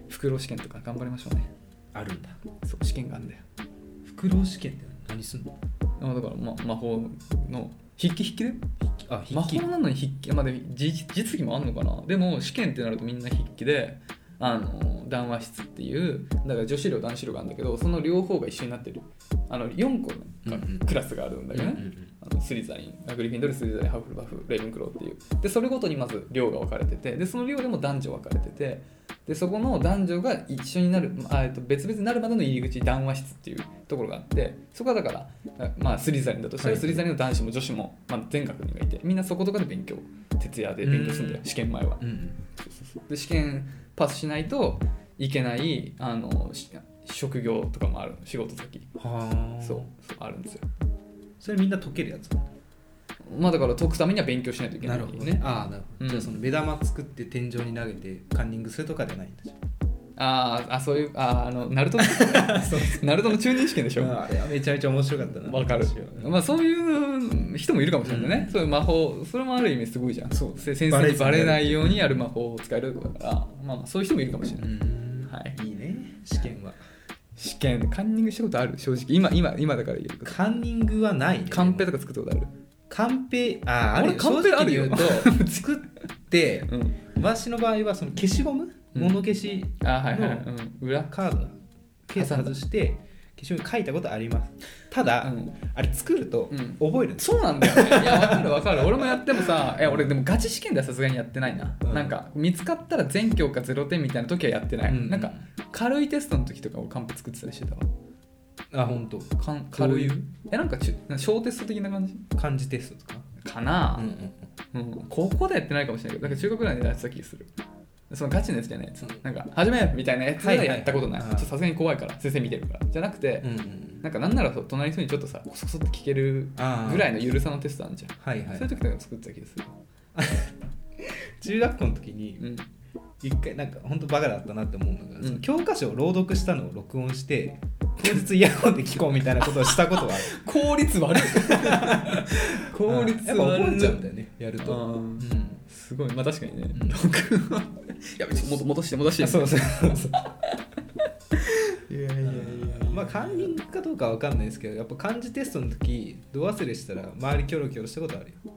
Speaker 2: 袋試験とか頑張りましょうね
Speaker 1: あるんだ
Speaker 2: そう試験があるんだよ
Speaker 1: 副労試験って何すんの
Speaker 2: あだから、ま、魔法の筆記筆記だよ
Speaker 1: あ
Speaker 2: 魔法なのに筆記まあでも実実技もあんのかなでも試験ってなるとみんな筆記であの談話室っていうだから女子寮男子寮があるんだけどその両方が一緒になってるあの4個の
Speaker 1: うんうん
Speaker 2: クラスがあるんだよね、あのスリザリングリフィンドルスリザリンハーフルバフレイブンクローっていうでそれごとにまず寮が分かれててでその寮でも男女分かれててでそこの男女が一緒になるあ、えっと、別々になるまでの入り口談話室っていうところがあってそこはだから、あまあ、スリザリンだとしたら、
Speaker 1: はい
Speaker 2: スリザリンの男子も女子も、まあ、全学年がいてみんなそことかで勉強徹夜で勉強するんだよ
Speaker 1: うん
Speaker 2: 試験前は
Speaker 1: うんうん
Speaker 2: で試験パスしないといけないあのし職業とかもある仕事先
Speaker 1: はあ
Speaker 2: そうそうあるんですよ
Speaker 1: それみんな解けるやつ
Speaker 2: まあだから解くためには勉強しないといけない
Speaker 1: なるほどねああなるほ
Speaker 2: うん
Speaker 1: どじゃあその目玉作って天井に投げてカンニングするとかじゃないんだじ
Speaker 2: あーあそういうあーあのナ ルトのナルトの中任試験でし
Speaker 1: ゃ
Speaker 2: ょ
Speaker 1: ああれはめちゃめちゃ面白かったな
Speaker 2: わかる
Speaker 1: うん
Speaker 2: まあそういう人もいるかもしれないね、
Speaker 1: うん
Speaker 2: そういう魔法それもある意味すごいじゃん
Speaker 1: そう
Speaker 2: せ先
Speaker 1: バ
Speaker 2: 生
Speaker 1: レ
Speaker 2: に
Speaker 1: ずに
Speaker 2: バレないようにやる魔法を使えるからまあまあそういう人もいるかもしれ
Speaker 1: う
Speaker 2: ない、
Speaker 1: ん
Speaker 2: はい
Speaker 1: いいね試験は
Speaker 2: 試験カンニングしたことある正直今今今だから言えるけど
Speaker 1: カンニングはないね
Speaker 2: カンペとか作ったことある
Speaker 1: カンペあああ
Speaker 2: 俺
Speaker 1: れ
Speaker 2: カンペあるよ
Speaker 1: 正直言う と作って
Speaker 2: うん
Speaker 1: 私の場合はその消しゴム
Speaker 2: うん
Speaker 1: 物消し
Speaker 2: あーはいはい、うん、裏
Speaker 1: カードケース外して消しゴム書いたことありますただ
Speaker 2: うん
Speaker 1: あれ作ると
Speaker 2: うん
Speaker 1: 覚えるんです
Speaker 2: そうなんだ よねいや分かる分かる俺もやってもさいや俺でもガチ試験ではさすがにやってないな、
Speaker 1: うん
Speaker 2: なんか見つかったら全教科0点みたいな時はやってない、
Speaker 1: うん
Speaker 2: なんか軽いテストの時とかをカンペ作ってたりしてたわ
Speaker 1: あ本当
Speaker 2: かん軽い
Speaker 1: どうい
Speaker 2: えなんかちゅなんか小テスト的な感じ
Speaker 1: 漢字テストとか
Speaker 2: かな
Speaker 1: うん、うん
Speaker 2: うん高校ではやってないかもしれないけどなんか中学ぐらいでやってた気がするそのガチのやつじゃないやつ、
Speaker 1: うん
Speaker 2: なんか「始め!」みたいなやつは
Speaker 1: はいはい
Speaker 2: やったことない,、
Speaker 1: あー
Speaker 2: ちょっとさすがに怖いから先生見てるからじゃなくて、
Speaker 1: うんうん
Speaker 2: なんかなんならそう隣の人にちょっとさコソコソって聞ける
Speaker 1: あー
Speaker 2: ぐらいのゆるさのテストあるじゃん、
Speaker 1: はいは
Speaker 2: そういう
Speaker 1: い
Speaker 2: 時とか作ってた気がする、
Speaker 1: 中学校の時に
Speaker 2: うん、
Speaker 1: 一回なんか本当バカだったなって思うのが、
Speaker 2: うん
Speaker 1: その教科書を朗読したのを録音して当日イヤホンで聞こうみたいなことをしたことはある
Speaker 2: 効率悪い 効率
Speaker 1: やっぱ
Speaker 2: 悪い
Speaker 1: 覚えちゃうんだよねやると
Speaker 2: う
Speaker 1: う
Speaker 2: ん
Speaker 1: ん
Speaker 2: すごいまあ確かにね、
Speaker 1: うん
Speaker 2: 録音やべちょっと戻戻して戻して
Speaker 1: あそうそうそうそう
Speaker 2: いやいやいや
Speaker 1: まあカンニングかどうかは分かんないですけどやっぱ漢字テストの時ど忘れしたら周りキョロキョロしたことあるよ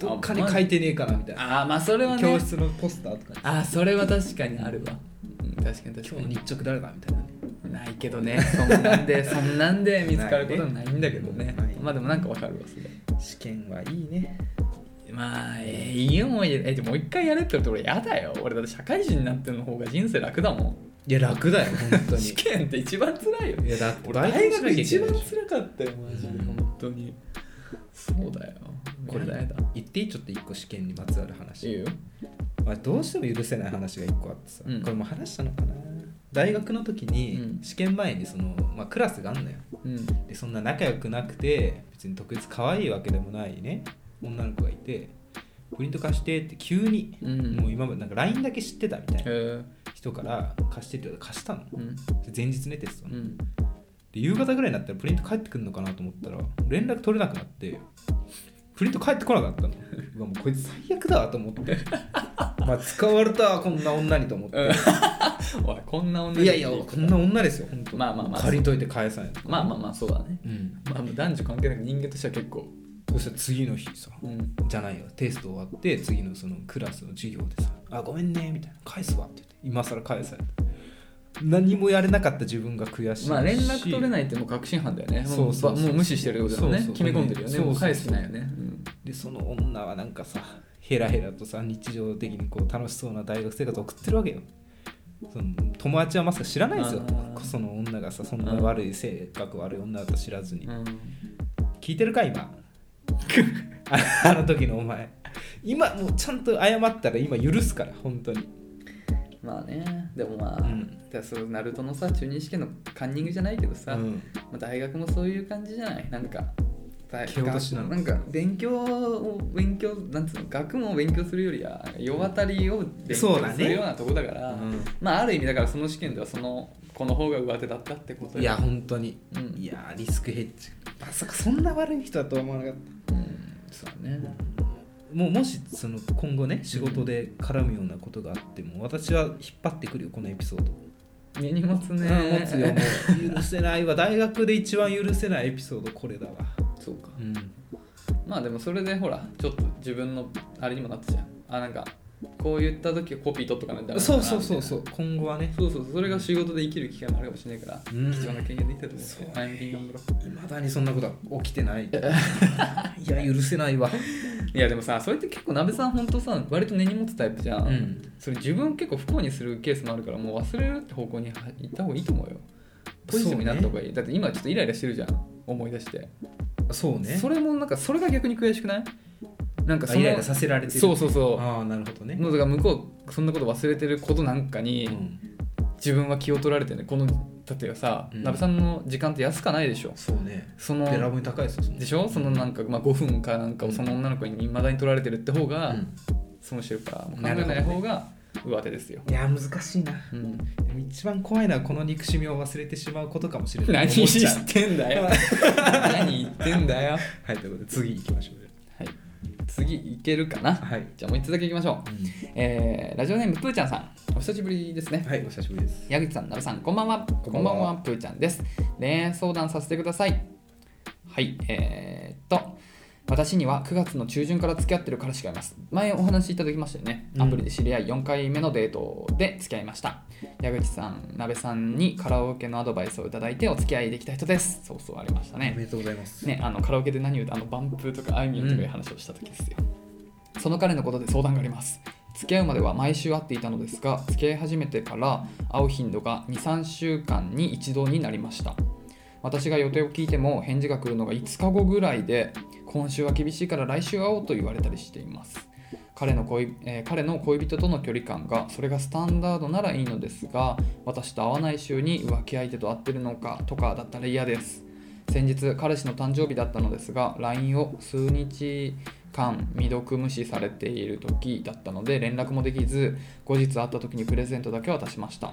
Speaker 1: どっかに書いてねえかなみたいな
Speaker 2: ああまあそれはね
Speaker 1: 教室のポスターとかに
Speaker 2: ああそれは確かにあるわ、うん、確か
Speaker 1: 今
Speaker 2: に確か
Speaker 1: 日
Speaker 2: に
Speaker 1: の日直誰だみたいなね
Speaker 2: ないけどねそんなん でそんなんで見つかることはないんだけどね
Speaker 1: ないね
Speaker 2: まあでもなんかわかるわそれ
Speaker 1: 試験はいいね
Speaker 2: まあ、えーいい思い出えでももう一回やれって言われて俺やだよ俺だって社会人になってるの方が人生楽だも
Speaker 1: いや楽だよ本当
Speaker 2: ん
Speaker 1: に
Speaker 2: 試験って一番辛いよ
Speaker 1: いやだって
Speaker 2: 俺大学一番
Speaker 1: でしょ
Speaker 2: 辛かったよマジで本当にそうだよこれだやだ
Speaker 1: 言っていいちょっと一個試験にまつわる話
Speaker 2: いいよ
Speaker 1: まあ、どうしても許せない話が1個あってさ、
Speaker 2: うん
Speaker 1: これも話したのかな大学の時に
Speaker 2: うん
Speaker 1: 試験前にその、まあ、クラスがあんのよ
Speaker 2: うん
Speaker 1: でそんな仲良くなくて別に特別可愛いわけでもないね女の子がいてプリント貸してって急に、
Speaker 2: うん
Speaker 1: もう今までなんか LINE だけ知ってたみたいな
Speaker 2: へえ
Speaker 1: 人から貸してって言われて貸したの
Speaker 2: うん
Speaker 1: で前日ねテスト
Speaker 2: う
Speaker 1: の、
Speaker 2: ん
Speaker 1: で夕方ぐらいになったらプリント返ってくるのかなと思ったら連絡取れなくなってプリント返ってこなかったのうわもうこいつ最悪だと思ってまあ使われたわこんな女にと思って
Speaker 2: おいこんな女
Speaker 1: いやいやこんな女ですよ本当
Speaker 2: まあまあまあ
Speaker 1: 借りといて返さないと
Speaker 2: まあまあまあそうだね
Speaker 1: うん
Speaker 2: まあまあ男女関係なく人間としては結構
Speaker 1: そしたら次の日さ
Speaker 2: うん
Speaker 1: じゃないよテスト終わって次のそのクラスの授業でさ「あごめんね」みたいな「返すわ」って言って今更返された何もやれなかった自分が悔しい
Speaker 2: まあ連絡取れ
Speaker 1: い
Speaker 2: ないってもう確信犯だよね
Speaker 1: そうそうそう
Speaker 2: ももう無視してるってことだよね
Speaker 1: そうそう
Speaker 2: 決め込んでるよね
Speaker 1: そうそう
Speaker 2: もう返す気ないよねうん
Speaker 1: でその女はなんかさヘラヘラとさ日常的にこう楽しそうな大学生活を送ってるわけよその友達はまさか知らないですよ
Speaker 2: あー
Speaker 1: その女がさそんな悪い性格悪い女だと知らずに
Speaker 2: うん
Speaker 1: 聞いてるか 今ああの時のお前今もうちゃんと謝ったら今許すから本当に
Speaker 2: まあねでもまあ、
Speaker 1: うん
Speaker 2: だからそのナルトのさ中任試験のカンニングじゃないけどさ、
Speaker 1: うん
Speaker 2: まあ、大学もそういう感じじゃないなんか大
Speaker 1: 蹴落としなの
Speaker 2: んか勉強を勉強なんつうの学問を勉強するよりは世渡りを勉
Speaker 1: そ
Speaker 2: 強
Speaker 1: うだね
Speaker 2: するようなとこだから
Speaker 1: うん
Speaker 2: まあある意味だからその試験ではそのこの方が上手だったってことよ
Speaker 1: いや、本当に、
Speaker 2: うん
Speaker 1: いやリスクヘッジまさかそんな悪い人だとは思わなかった
Speaker 2: うん、そうだね
Speaker 1: もうもしその今後ね仕事で絡むようなことがあっても私は引っ張ってくるよこのエピソード
Speaker 2: 根に持つね
Speaker 1: うん持つよもう許せないわ大学で一番許せないエピソードこれだわ
Speaker 2: そうか
Speaker 1: うん
Speaker 2: まあでもそれでほらちょっと自分のあれにもなったじゃんあなんかこう言った時はコピー取っとかないとダメだ
Speaker 1: そ
Speaker 2: な
Speaker 1: うそうそうそうう今後はね
Speaker 2: そうそうそれが仕事で生きる機会もあるかもしれないから、
Speaker 1: うん
Speaker 2: 貴重な経験できたと思
Speaker 1: そう
Speaker 2: うアイムビンガンブロ
Speaker 1: いまだにそんなことは起きてない いや許せないわ
Speaker 2: いやでもさそれって結構なべさん本当さ割と根に持つタイプじゃん、
Speaker 1: うん
Speaker 2: それ自分を結構不幸にするケースもあるからもう忘れるって方向には行った方がいいと思うよポジティブになった方がいい、だって今ちょっとイライラしてるじゃん思い出して
Speaker 1: そうね
Speaker 2: それもなんかそれが逆に悔しくないなんか
Speaker 1: あ
Speaker 2: その
Speaker 1: イライラさせられてる
Speaker 2: そうそうそう
Speaker 1: ああなるほどね、
Speaker 2: のだから向こうそんなこと忘れてることなんかに、
Speaker 1: うん
Speaker 2: 自分は気を取られてねこのだってさ、
Speaker 1: うん
Speaker 2: なべさんの時間って安かないでしょ
Speaker 1: そうね
Speaker 2: その
Speaker 1: べらぼうに高いですよそんな
Speaker 2: でしょそのなんか、まあ、5分かなんかをその女の子に未だに取られてるって方
Speaker 1: う
Speaker 2: が
Speaker 1: ん
Speaker 2: 損してるから、もう考
Speaker 1: なる
Speaker 2: え
Speaker 1: ほどね
Speaker 2: ない方が上手ですよ、
Speaker 1: いや難しいな
Speaker 2: う ん、
Speaker 1: でも一番怖いのはこの憎しみを忘れてしまうことかもしれない
Speaker 2: 何
Speaker 1: と思っちゃう
Speaker 2: してんだよ 何言ってん だよ
Speaker 1: はいということで次行きましょう
Speaker 2: はい次いけるかな、
Speaker 1: はい、
Speaker 2: じゃあもう一つだけいきましょう、えーラジオネームプーちゃんさんお久しぶりですね
Speaker 1: はいお久しぶりです
Speaker 2: 矢口さん、なべさん、こんばんは。
Speaker 1: こんばんは
Speaker 2: ぷーちゃんです。恋愛相談させてください。はい、えー、っと、私には9月の中旬から付き合ってる彼氏がいます。前お話しいただきましたよね。
Speaker 1: うん
Speaker 2: アプリで知り合い4回目のデートで付き合いました。矢口さん、なべさんにカラオケのアドバイスをいただいてお付き合いできた人です。そうそうありました
Speaker 1: お
Speaker 2: ね。
Speaker 1: めでとうございます、
Speaker 2: ね、あのカラオケで何を歌うあのバンプーとかあいみょんとかいう話をした時ですよ、その彼のことで相談があります付き合うまでは毎週会っていたのですが付き合い始めてから会う頻度が23週間に一度になりました私が予定を聞いても返事が来るのが5日後ぐらいで今週は厳しいから来週会おうと言われたりしています彼の恋、えー彼の恋人との距離感がそれがスタンダードならいいのですが私と会わない週に浮気相手と会ってるのかとかだったら嫌です先日彼氏の誕生日だったのですが LINE を数日間未読無視されている時だったので連絡もできず後日会った時にプレゼントだけ渡しました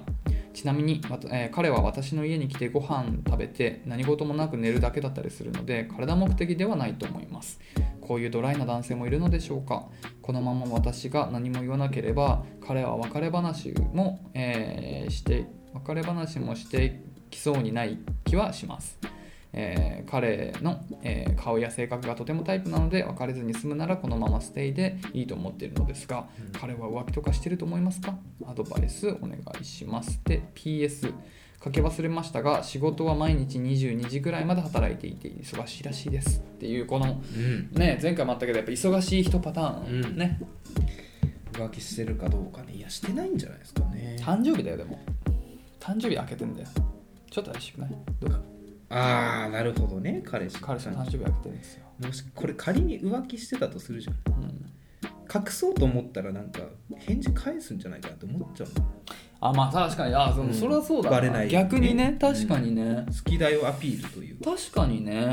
Speaker 2: ちなみに、わたえー彼は私の家に来てご飯食べて何事もなく寝るだけだったりするので体目的ではないと思いますこういうドライな男性もいるのでしょうかこのまま私が何も言わなければ彼は別れ話も、えーして別れ話もしてきそうにない気はします、えー彼の、えー顔や性格がとてもタイプなので別れずに済むならこのままステイでいいと思っているのですが
Speaker 1: うん
Speaker 2: 彼は浮気とかしてると思いますかアドバイスお願いしますで PS かけ忘れましたが仕事は毎日22時ぐらいまで働いていて忙しいらしいですっていうこの
Speaker 1: うん
Speaker 2: ね前回もあったけどやっぱ忙しい人パターン、
Speaker 1: うん
Speaker 2: ね
Speaker 1: 浮気してるかどうかねいやしてないんじゃないですかね
Speaker 2: 誕生日だよでも誕生日明けてんだよちょっと怪しくないどうか
Speaker 1: ああなるほどね彼氏
Speaker 2: 彼氏の誕生日明けてるんですよ、
Speaker 1: もしこれ仮に浮気してたとするじゃん
Speaker 2: うん、
Speaker 1: 隠そうと思ったらなんか返事返すんじゃないかなって思っちゃうの
Speaker 2: あまあ確かにあそ,、
Speaker 1: うん
Speaker 2: それはそうだ
Speaker 1: バレない
Speaker 2: 逆にね
Speaker 1: ね
Speaker 2: 確かにね、
Speaker 1: 好きだよアピールというか
Speaker 2: 確かにね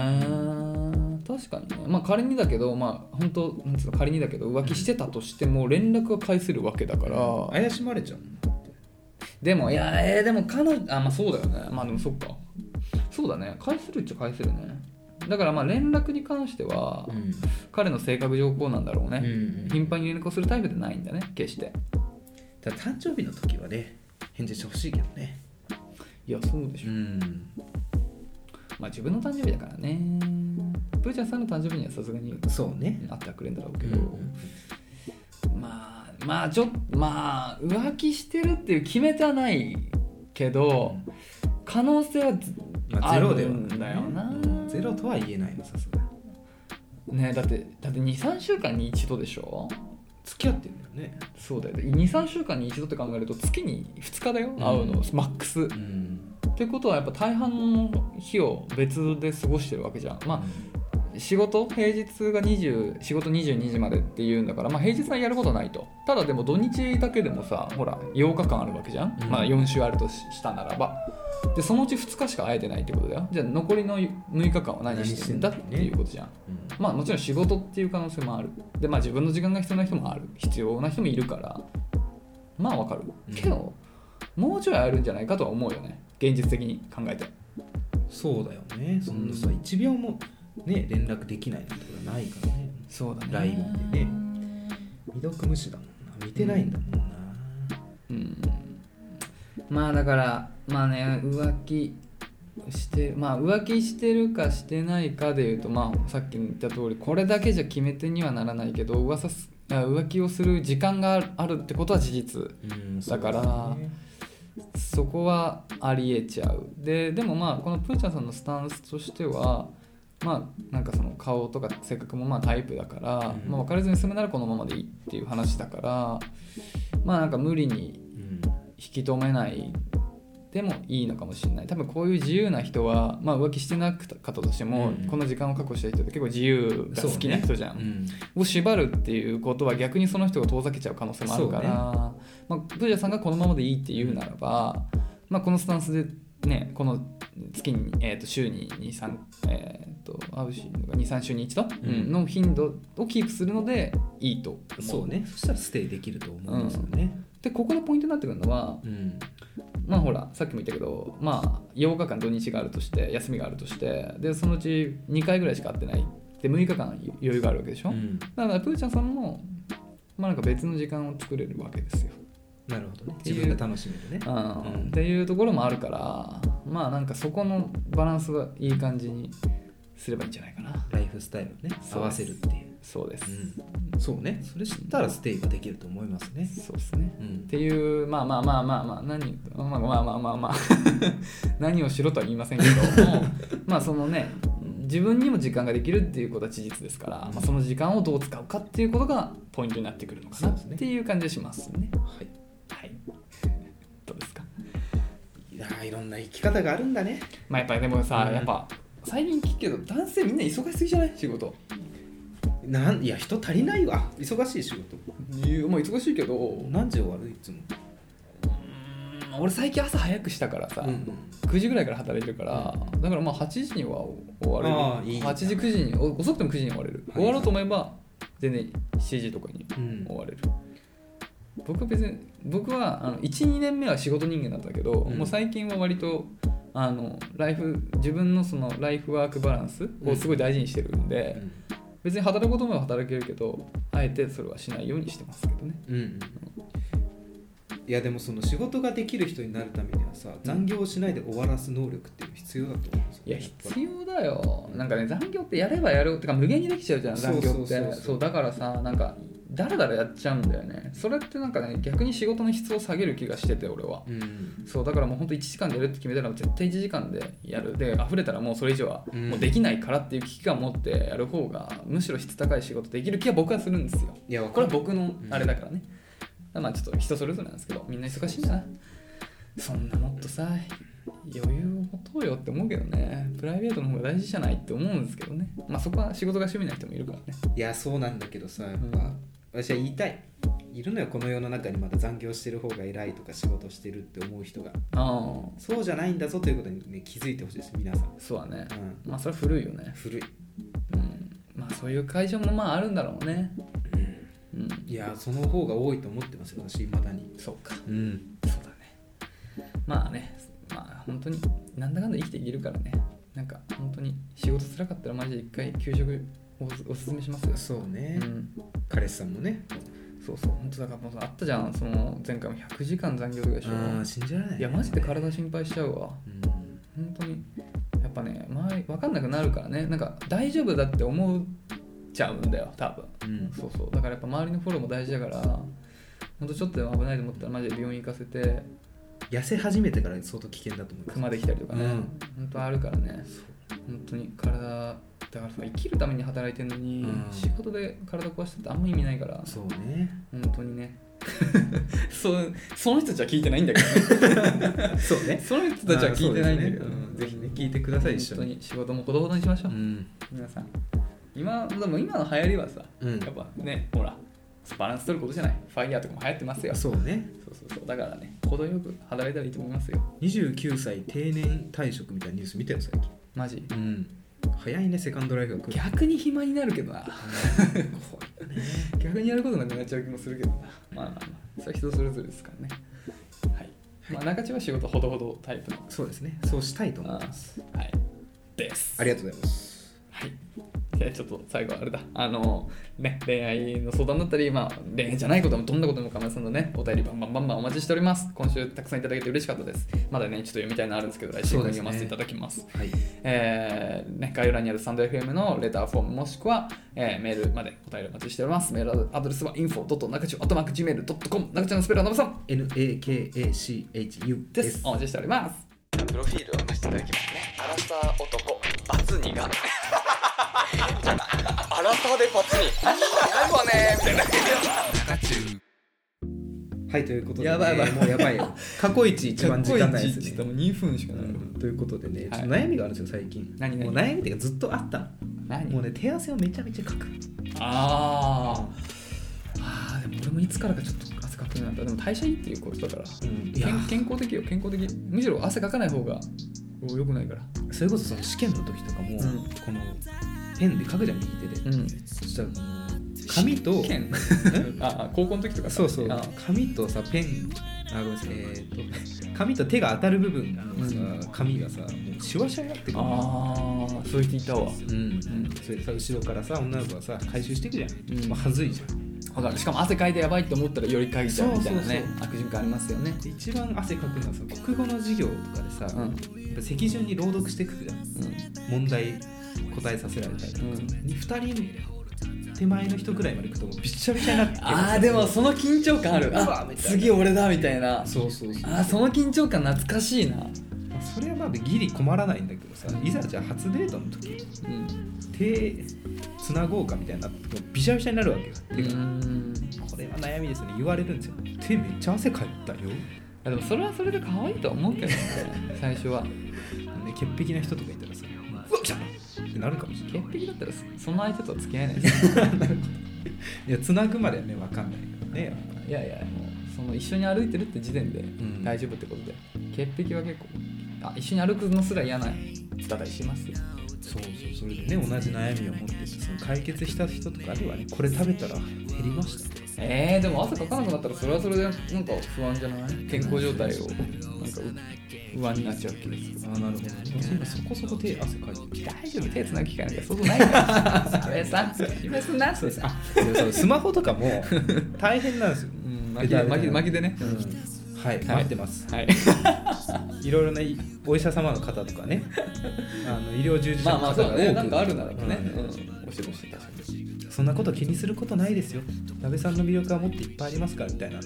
Speaker 2: 確かにねまあ仮にだけどまあ本当なんつうの仮にだけど浮気してたとしても連絡は返せるわけだから
Speaker 1: 怪しまれちゃうの
Speaker 2: でもいやえーでも彼女あまあそうだよねまあでもそっかそうだね返せるっちゃ返せるねだからまあ連絡に関しては
Speaker 1: ん
Speaker 2: 彼の性格上こうなんだろうね、頻
Speaker 1: だ
Speaker 2: 繁に連絡をするタイプでないんだね決して
Speaker 1: から誕生日の時はね返事してほしいけどね
Speaker 2: いやそうでしょ、
Speaker 1: ん
Speaker 2: まあ自分の誕生日だからねプーちゃんさんの誕生日にはさすがに
Speaker 1: そうね
Speaker 2: あってはくれんだろうけど、まあまあちょっまあ浮気してるっていう決めてはないけど可能性はず
Speaker 1: まあ、ゼロでは
Speaker 2: あるんだよな
Speaker 1: うんゼロとは言えないのさすがに
Speaker 2: ねだってだって23週間に一度でしょ
Speaker 1: 付き合ってんだよね
Speaker 2: そうだよ23週間に一度って考えると月に2日だよ
Speaker 1: ん
Speaker 2: 会うの、マックスっ
Speaker 1: ん
Speaker 2: てことはやっぱ大半の日を別で過ごしてるわけじゃんま
Speaker 1: あ
Speaker 2: あ仕事平日が20仕事22時までっていうんだからまあ平日はやることないとただでも土日だけでもさほら8日間あるわけじゃん、
Speaker 1: うん
Speaker 2: まあ4週あるとししたならばでそのうち2日しか会えてないってことだよじゃあ残りの6日間は何してるんだっ
Speaker 1: 何してん
Speaker 2: て
Speaker 1: だね
Speaker 2: いうことじゃんまあもちろん仕事っていう可能性もあるでまあ自分の時間が必要な人もある必要な人もいるからまあわかる
Speaker 1: うん
Speaker 2: けど、もうちょいあるんじゃないかとは思うよね現実的に考えて
Speaker 1: そうだよねそんなさ
Speaker 2: うん
Speaker 1: 1秒もね連絡できないなんてことはないからね
Speaker 2: そうだ
Speaker 1: ね LINE でね未読無視だもんな見てないんだもんな、
Speaker 2: うんまあだからまあね浮気してまあ浮気してるかしてないかでいうとまあさっきも言った通りこれだけじゃ決め手にはならないけど噂すあ浮気をする時間があるあるってことは事実
Speaker 1: うん
Speaker 2: だから
Speaker 1: そうだね
Speaker 2: そこはありえちゃうででもまあこのプーちゃんさんのスタンスとしてはまあなんかその顔とか性格もまあタイプだから、
Speaker 1: うん
Speaker 2: まあ別れずに済むならこのままでいいっていう話だからまあなんか無理に
Speaker 1: うん
Speaker 2: 引き止めないでもいいのかもしれない多分こういう自由な人は、まあ、浮気してなかったとしても、
Speaker 1: うん
Speaker 2: この時間を確保した人って結構自由が好きな人じゃん、
Speaker 1: そうねうん
Speaker 2: を縛るっていうことは逆にその人が遠ざけちゃう可能性もあるから、まあ、プージャさんがこのままでいいって言うならば、まあ、このスタンスで、ね、この月に、えー、と週に23、えー、と会うし23週に一度、
Speaker 1: うん
Speaker 2: うんの頻度をキープするのでいいと思う
Speaker 1: そうねそしたらステイできると思うんですよね
Speaker 2: でここのポイントになってくるのは
Speaker 1: うん
Speaker 2: まあほらさっきも言ったけど、まあ、8日間土日があるとして休みがあるとしてでそのうち2回ぐらいしか会ってないで6日間余裕があるわけでしょ、
Speaker 1: うん
Speaker 2: だからプーちゃんさんも、まあ、なんか別の時間を作れるわけですよ、
Speaker 1: なるほどね自分が楽しめるね
Speaker 2: うん
Speaker 1: うん
Speaker 2: っていうところもあるからまあなんかそこのバランスがいい感じにすればいいんじゃないかな
Speaker 1: ライフスタイルをね合わせるっていう
Speaker 2: そうです、
Speaker 1: うん、そうねそれ知ったらステイができると思いますね、
Speaker 2: そうですね
Speaker 1: うん
Speaker 2: っていうまあまあまあまあまあ何まあまあまあまあまあ、 まあ、何をしろとは言いませんけども まあそのね自分にも時間ができるっていうことは事実ですから、まあ、その時間をどう使うかっていうことがポイントになってくるの
Speaker 1: そ
Speaker 2: かな
Speaker 1: うで
Speaker 2: っ
Speaker 1: すね
Speaker 2: ていう感じがしますね。
Speaker 1: は
Speaker 2: はい、どうですか
Speaker 1: い、いやーいろんな生き方があるんだね
Speaker 2: まあやっぱりでもさ、
Speaker 1: うん
Speaker 2: やっぱ最近聞くけど男性みんな忙しすぎじゃない仕事
Speaker 1: なんいや人足りないわ忙しい仕事
Speaker 2: いうまあ忙しいけどう
Speaker 1: 何時終わるいつも、
Speaker 2: ーん俺最近朝早くしたからさ、9時ぐらいから働いてるからだからまあ8時には終われる
Speaker 1: ああいいじゃん
Speaker 2: 8時9時にお遅くても9時に終われる、
Speaker 1: はい
Speaker 2: 終わろうと思えば全然7時とかに
Speaker 1: うん
Speaker 2: 終われる、僕は別に僕は12年目は仕事人間なんだけど、
Speaker 1: うん
Speaker 2: もう最近は割とあのライフ自分のそのライフワークバランスをすごい大事にしてるんで、別に働くことも働けるけどあえてそれはしないようにしてますけどね
Speaker 1: うんうんいやでもその仕事ができる人になるためにはさ残業をしないで終わらす能力っていうの必要だと思うんですよ
Speaker 2: いや
Speaker 1: やっぱ
Speaker 2: 必要だよなんかね残業ってやればやるってか無限にできちゃうじゃん
Speaker 1: そう
Speaker 2: 残
Speaker 1: そう
Speaker 2: 業って
Speaker 1: そうそう
Speaker 2: そうだからさなんかだらだらやっちゃうんだよねそれってなんかね逆に仕事の質を下げる気がしてて俺は
Speaker 1: うん
Speaker 2: そうだからもうほんと1時間でやるって決めたら絶対1時間でやるで溢れたらもうそれ以上は
Speaker 1: うん
Speaker 2: もうできないからっていう危機感を持ってやる方がむしろ質高い仕事できる気は僕はするんですよ
Speaker 1: いやわ
Speaker 2: こ
Speaker 1: か
Speaker 2: れ
Speaker 1: る
Speaker 2: は僕のあれだからね、まあちょっと人それぞれなんですけどみんな忙しいんだなそんなもっとさ余裕を持とうよって思うけどねプライベートの方が大事じゃないって思うんですけどねまあそこは仕事が趣味な人もいるからね
Speaker 1: いやそうなんだけどさやっぱ、
Speaker 2: うん
Speaker 1: 私は言いたいいるのよこの世の中にまだ残業してる方が偉いとか仕事してるって思う人が
Speaker 2: あ
Speaker 1: そうじゃないんだぞということにね気づいてほしいです皆さん
Speaker 2: あそうだね
Speaker 1: うん
Speaker 2: まあそれは古いよね
Speaker 1: 古い
Speaker 2: うんまあそういう会社もまああるんだろうねうん
Speaker 1: いやその方が多いと思ってますよ私いまだに
Speaker 2: そうか
Speaker 1: うん
Speaker 2: そうだねまあねまあ本当になんだかんだ生きていけるからねなんか本当に仕事辛かったらマジで一回休職おすおすすめしますよ
Speaker 1: そうね、
Speaker 2: うん、
Speaker 1: 彼氏さんもね
Speaker 2: そうそう本当だからもうあったじゃんその前回も100時間残業とかでしょ
Speaker 1: ああ信じられない
Speaker 2: いやマジで体心配しちゃうわ
Speaker 1: うん
Speaker 2: 本当にやっぱね周り分かんなくなるからねなんか大丈夫だって思っちゃうんだよ多分
Speaker 1: うん
Speaker 2: そうそうだからやっぱ周りのフォローも大事だからほんとちょっとでも危ないと思ったらマジで病院行かせて
Speaker 1: 痩せ始めてから相当危険だと思います
Speaker 2: 熊できたりとかね、
Speaker 1: うん
Speaker 2: ほんとあるからね
Speaker 1: そう
Speaker 2: 本当に体だからさ生きるために働いてるのに、
Speaker 1: うん
Speaker 2: 仕事で体壊したってあんま意味ないから
Speaker 1: そうね
Speaker 2: 本当にね そうその人たちは聞いてないんだけど、
Speaker 1: そうね
Speaker 2: ね、 その人たちは聞いてないんだけど、
Speaker 1: まあそうですねうんぜひね聞いてください一緒
Speaker 2: 本当に仕事もほどほどにしましょう、
Speaker 1: ん
Speaker 2: 皆さん今でも今の流行りはさ
Speaker 1: うん
Speaker 2: やっぱねほらバランス取ることじゃないファイヤーとかも流行ってますよそ
Speaker 1: そうね
Speaker 2: うそうそうだからね程よく働いたらいいと思いますよ
Speaker 1: 29歳定年退職みたいなニュース見たよ最近
Speaker 2: マジ
Speaker 1: うん早いねセカンドライフが来る
Speaker 2: 逆に暇になるけどな逆にやることなくなっちゃう気もするけどなまあまあまあそれは人それぞれですからねはい、まあ、中地は仕事ほどほどタイプの
Speaker 1: そうですねそうしたいと思います
Speaker 2: はいです
Speaker 1: ありがとうございます
Speaker 2: はいじゃあちょっと最後あれだあのね恋愛の相談だったり、まあ、恋愛じゃないこともどんなこともかまさんのねお便りバンバンバンバンお待ちしております今週たくさんいただけて嬉しかったですまだねちょっと読みたいのあるんですけど来週
Speaker 1: そうですね
Speaker 2: 読ませていただきます
Speaker 1: はい
Speaker 2: えーね、概要欄にあるスタンド FM のレターフォームもしくは、えーメールまでお便りお待ちしております。メールアドレスは info.nakachu.gmail.com 中ちゃんのスペルはのぶさん
Speaker 1: NAKACHU
Speaker 2: で
Speaker 1: ですす。
Speaker 2: お待ちしております。プロフィールを出していただきますね。アラサー男、バツニが。アラサーでバツニ。やばねみたいな。
Speaker 1: はいということで、ね、
Speaker 2: やばいやばい
Speaker 1: もうやばい よ過去一一番時間ないですね
Speaker 2: もう2分しかない。
Speaker 1: ということでね、
Speaker 2: はい
Speaker 1: ちょっと悩みがあるんですよ最近
Speaker 2: 何何
Speaker 1: もう悩みっていうかずっとあったの
Speaker 2: 何
Speaker 1: もうね手汗をめちゃめちゃかく
Speaker 2: あーあー、でも俺もいつからかちょっと汗かくようになった。でも代謝いいっていうことだから。
Speaker 1: うんいや
Speaker 2: 健健康的よ健康的むしろ汗かかない方がお良くないから
Speaker 1: それこそその試験の時とかも、
Speaker 2: ん
Speaker 1: このペンで書くじゃん右手で、
Speaker 2: うん
Speaker 1: そしたらもう紙と
Speaker 2: 剣ああ高校の時とかさ
Speaker 1: そうそう
Speaker 2: あ
Speaker 1: 紙とさペンあごめんなさいえーと 紙と手が当たる部分がさ、
Speaker 2: うん
Speaker 1: 紙がさもうシワシワになってくる
Speaker 2: あーそういう人いた
Speaker 1: う
Speaker 2: わ
Speaker 1: ん
Speaker 2: ん
Speaker 1: それでさ後ろからさ女の子がさ回収していくじゃん、
Speaker 2: うん
Speaker 1: まあ、はずいじゃん
Speaker 2: わかるしかも汗かいてやばいって思ったらよりかいちゃうみたいなね
Speaker 1: そう
Speaker 2: 悪循環ありますよね
Speaker 1: で一番汗かくのはさ国語の授業とかでさ、
Speaker 2: うんうん
Speaker 1: やっぱ席順に朗読していくじゃん問題答えさせられたりとか、
Speaker 2: うん
Speaker 1: に2人手前の人ぐらいまで行くともうびっしゃびしゃになって
Speaker 2: あーでもその緊張感ある
Speaker 1: うわ
Speaker 2: あ
Speaker 1: みたいな
Speaker 2: 次俺だみたいなあ
Speaker 1: そうそうそう
Speaker 2: ーその緊張感懐かしいな
Speaker 1: まあそれはまだギリ困らないんだけどさいざじゃあ初デートの時
Speaker 2: うん
Speaker 1: 手つなごうかみたいになってもうびしゃびしゃになるわけよてか、
Speaker 2: うん
Speaker 1: これは悩みですね言われるんですよ手めっちゃ汗かいたよ、ね、
Speaker 2: あでもそれはそれで可愛いとは思うけどね最初は
Speaker 1: 潔癖な人とかいたらさうわっきたってなるかもしれない
Speaker 2: 潔癖だったらその相手とは付き合えない
Speaker 1: いやつなぐまではね分かんないけどねやっぱ
Speaker 2: いやいやもうその一緒に歩いてるって時点で
Speaker 1: ん
Speaker 2: 大丈夫ってことで、潔癖は結構あ一緒に歩くのすら嫌なだったりしますよ
Speaker 1: そうそうそれでね同じ悩みを持っててその解決した人とかではねこれ食べたら減りましたね
Speaker 2: えー、でも汗かかなくなったらそれはそれでなんか不安じゃない健康状態をなんかう不安になっちゃう気がする
Speaker 1: あなるほど私今そこそこ手汗かいてる
Speaker 2: 大丈夫手つなぐ機会なんかそうそうない から安倍さん安倍さんなすあ
Speaker 1: でもそのスマホとかも 大変なんですよ
Speaker 2: うん巻きで巻きで巻きでね、
Speaker 1: うんはい、待ってます。
Speaker 2: はい
Speaker 1: いろいろね、お医者様の方とか ね、あの医療従事者の
Speaker 2: ま あまあ
Speaker 1: 方
Speaker 2: そ
Speaker 1: が多
Speaker 2: うだ
Speaker 1: く、
Speaker 2: ねなんかあるならばね、うん、教えてほしい確かに
Speaker 1: そそんなこと気にすることないですよ鍋さんの魅力はもっといっぱいありますからみたいなの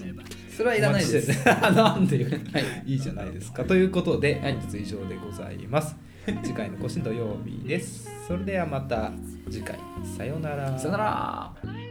Speaker 2: それはいらないです。
Speaker 1: お待ちしてる なんでよ
Speaker 2: はい。
Speaker 1: いいじゃないですかということで
Speaker 2: はい
Speaker 1: 本日以上でございます次回の更新土曜日ですそれではまた次回さよう
Speaker 2: さよなら。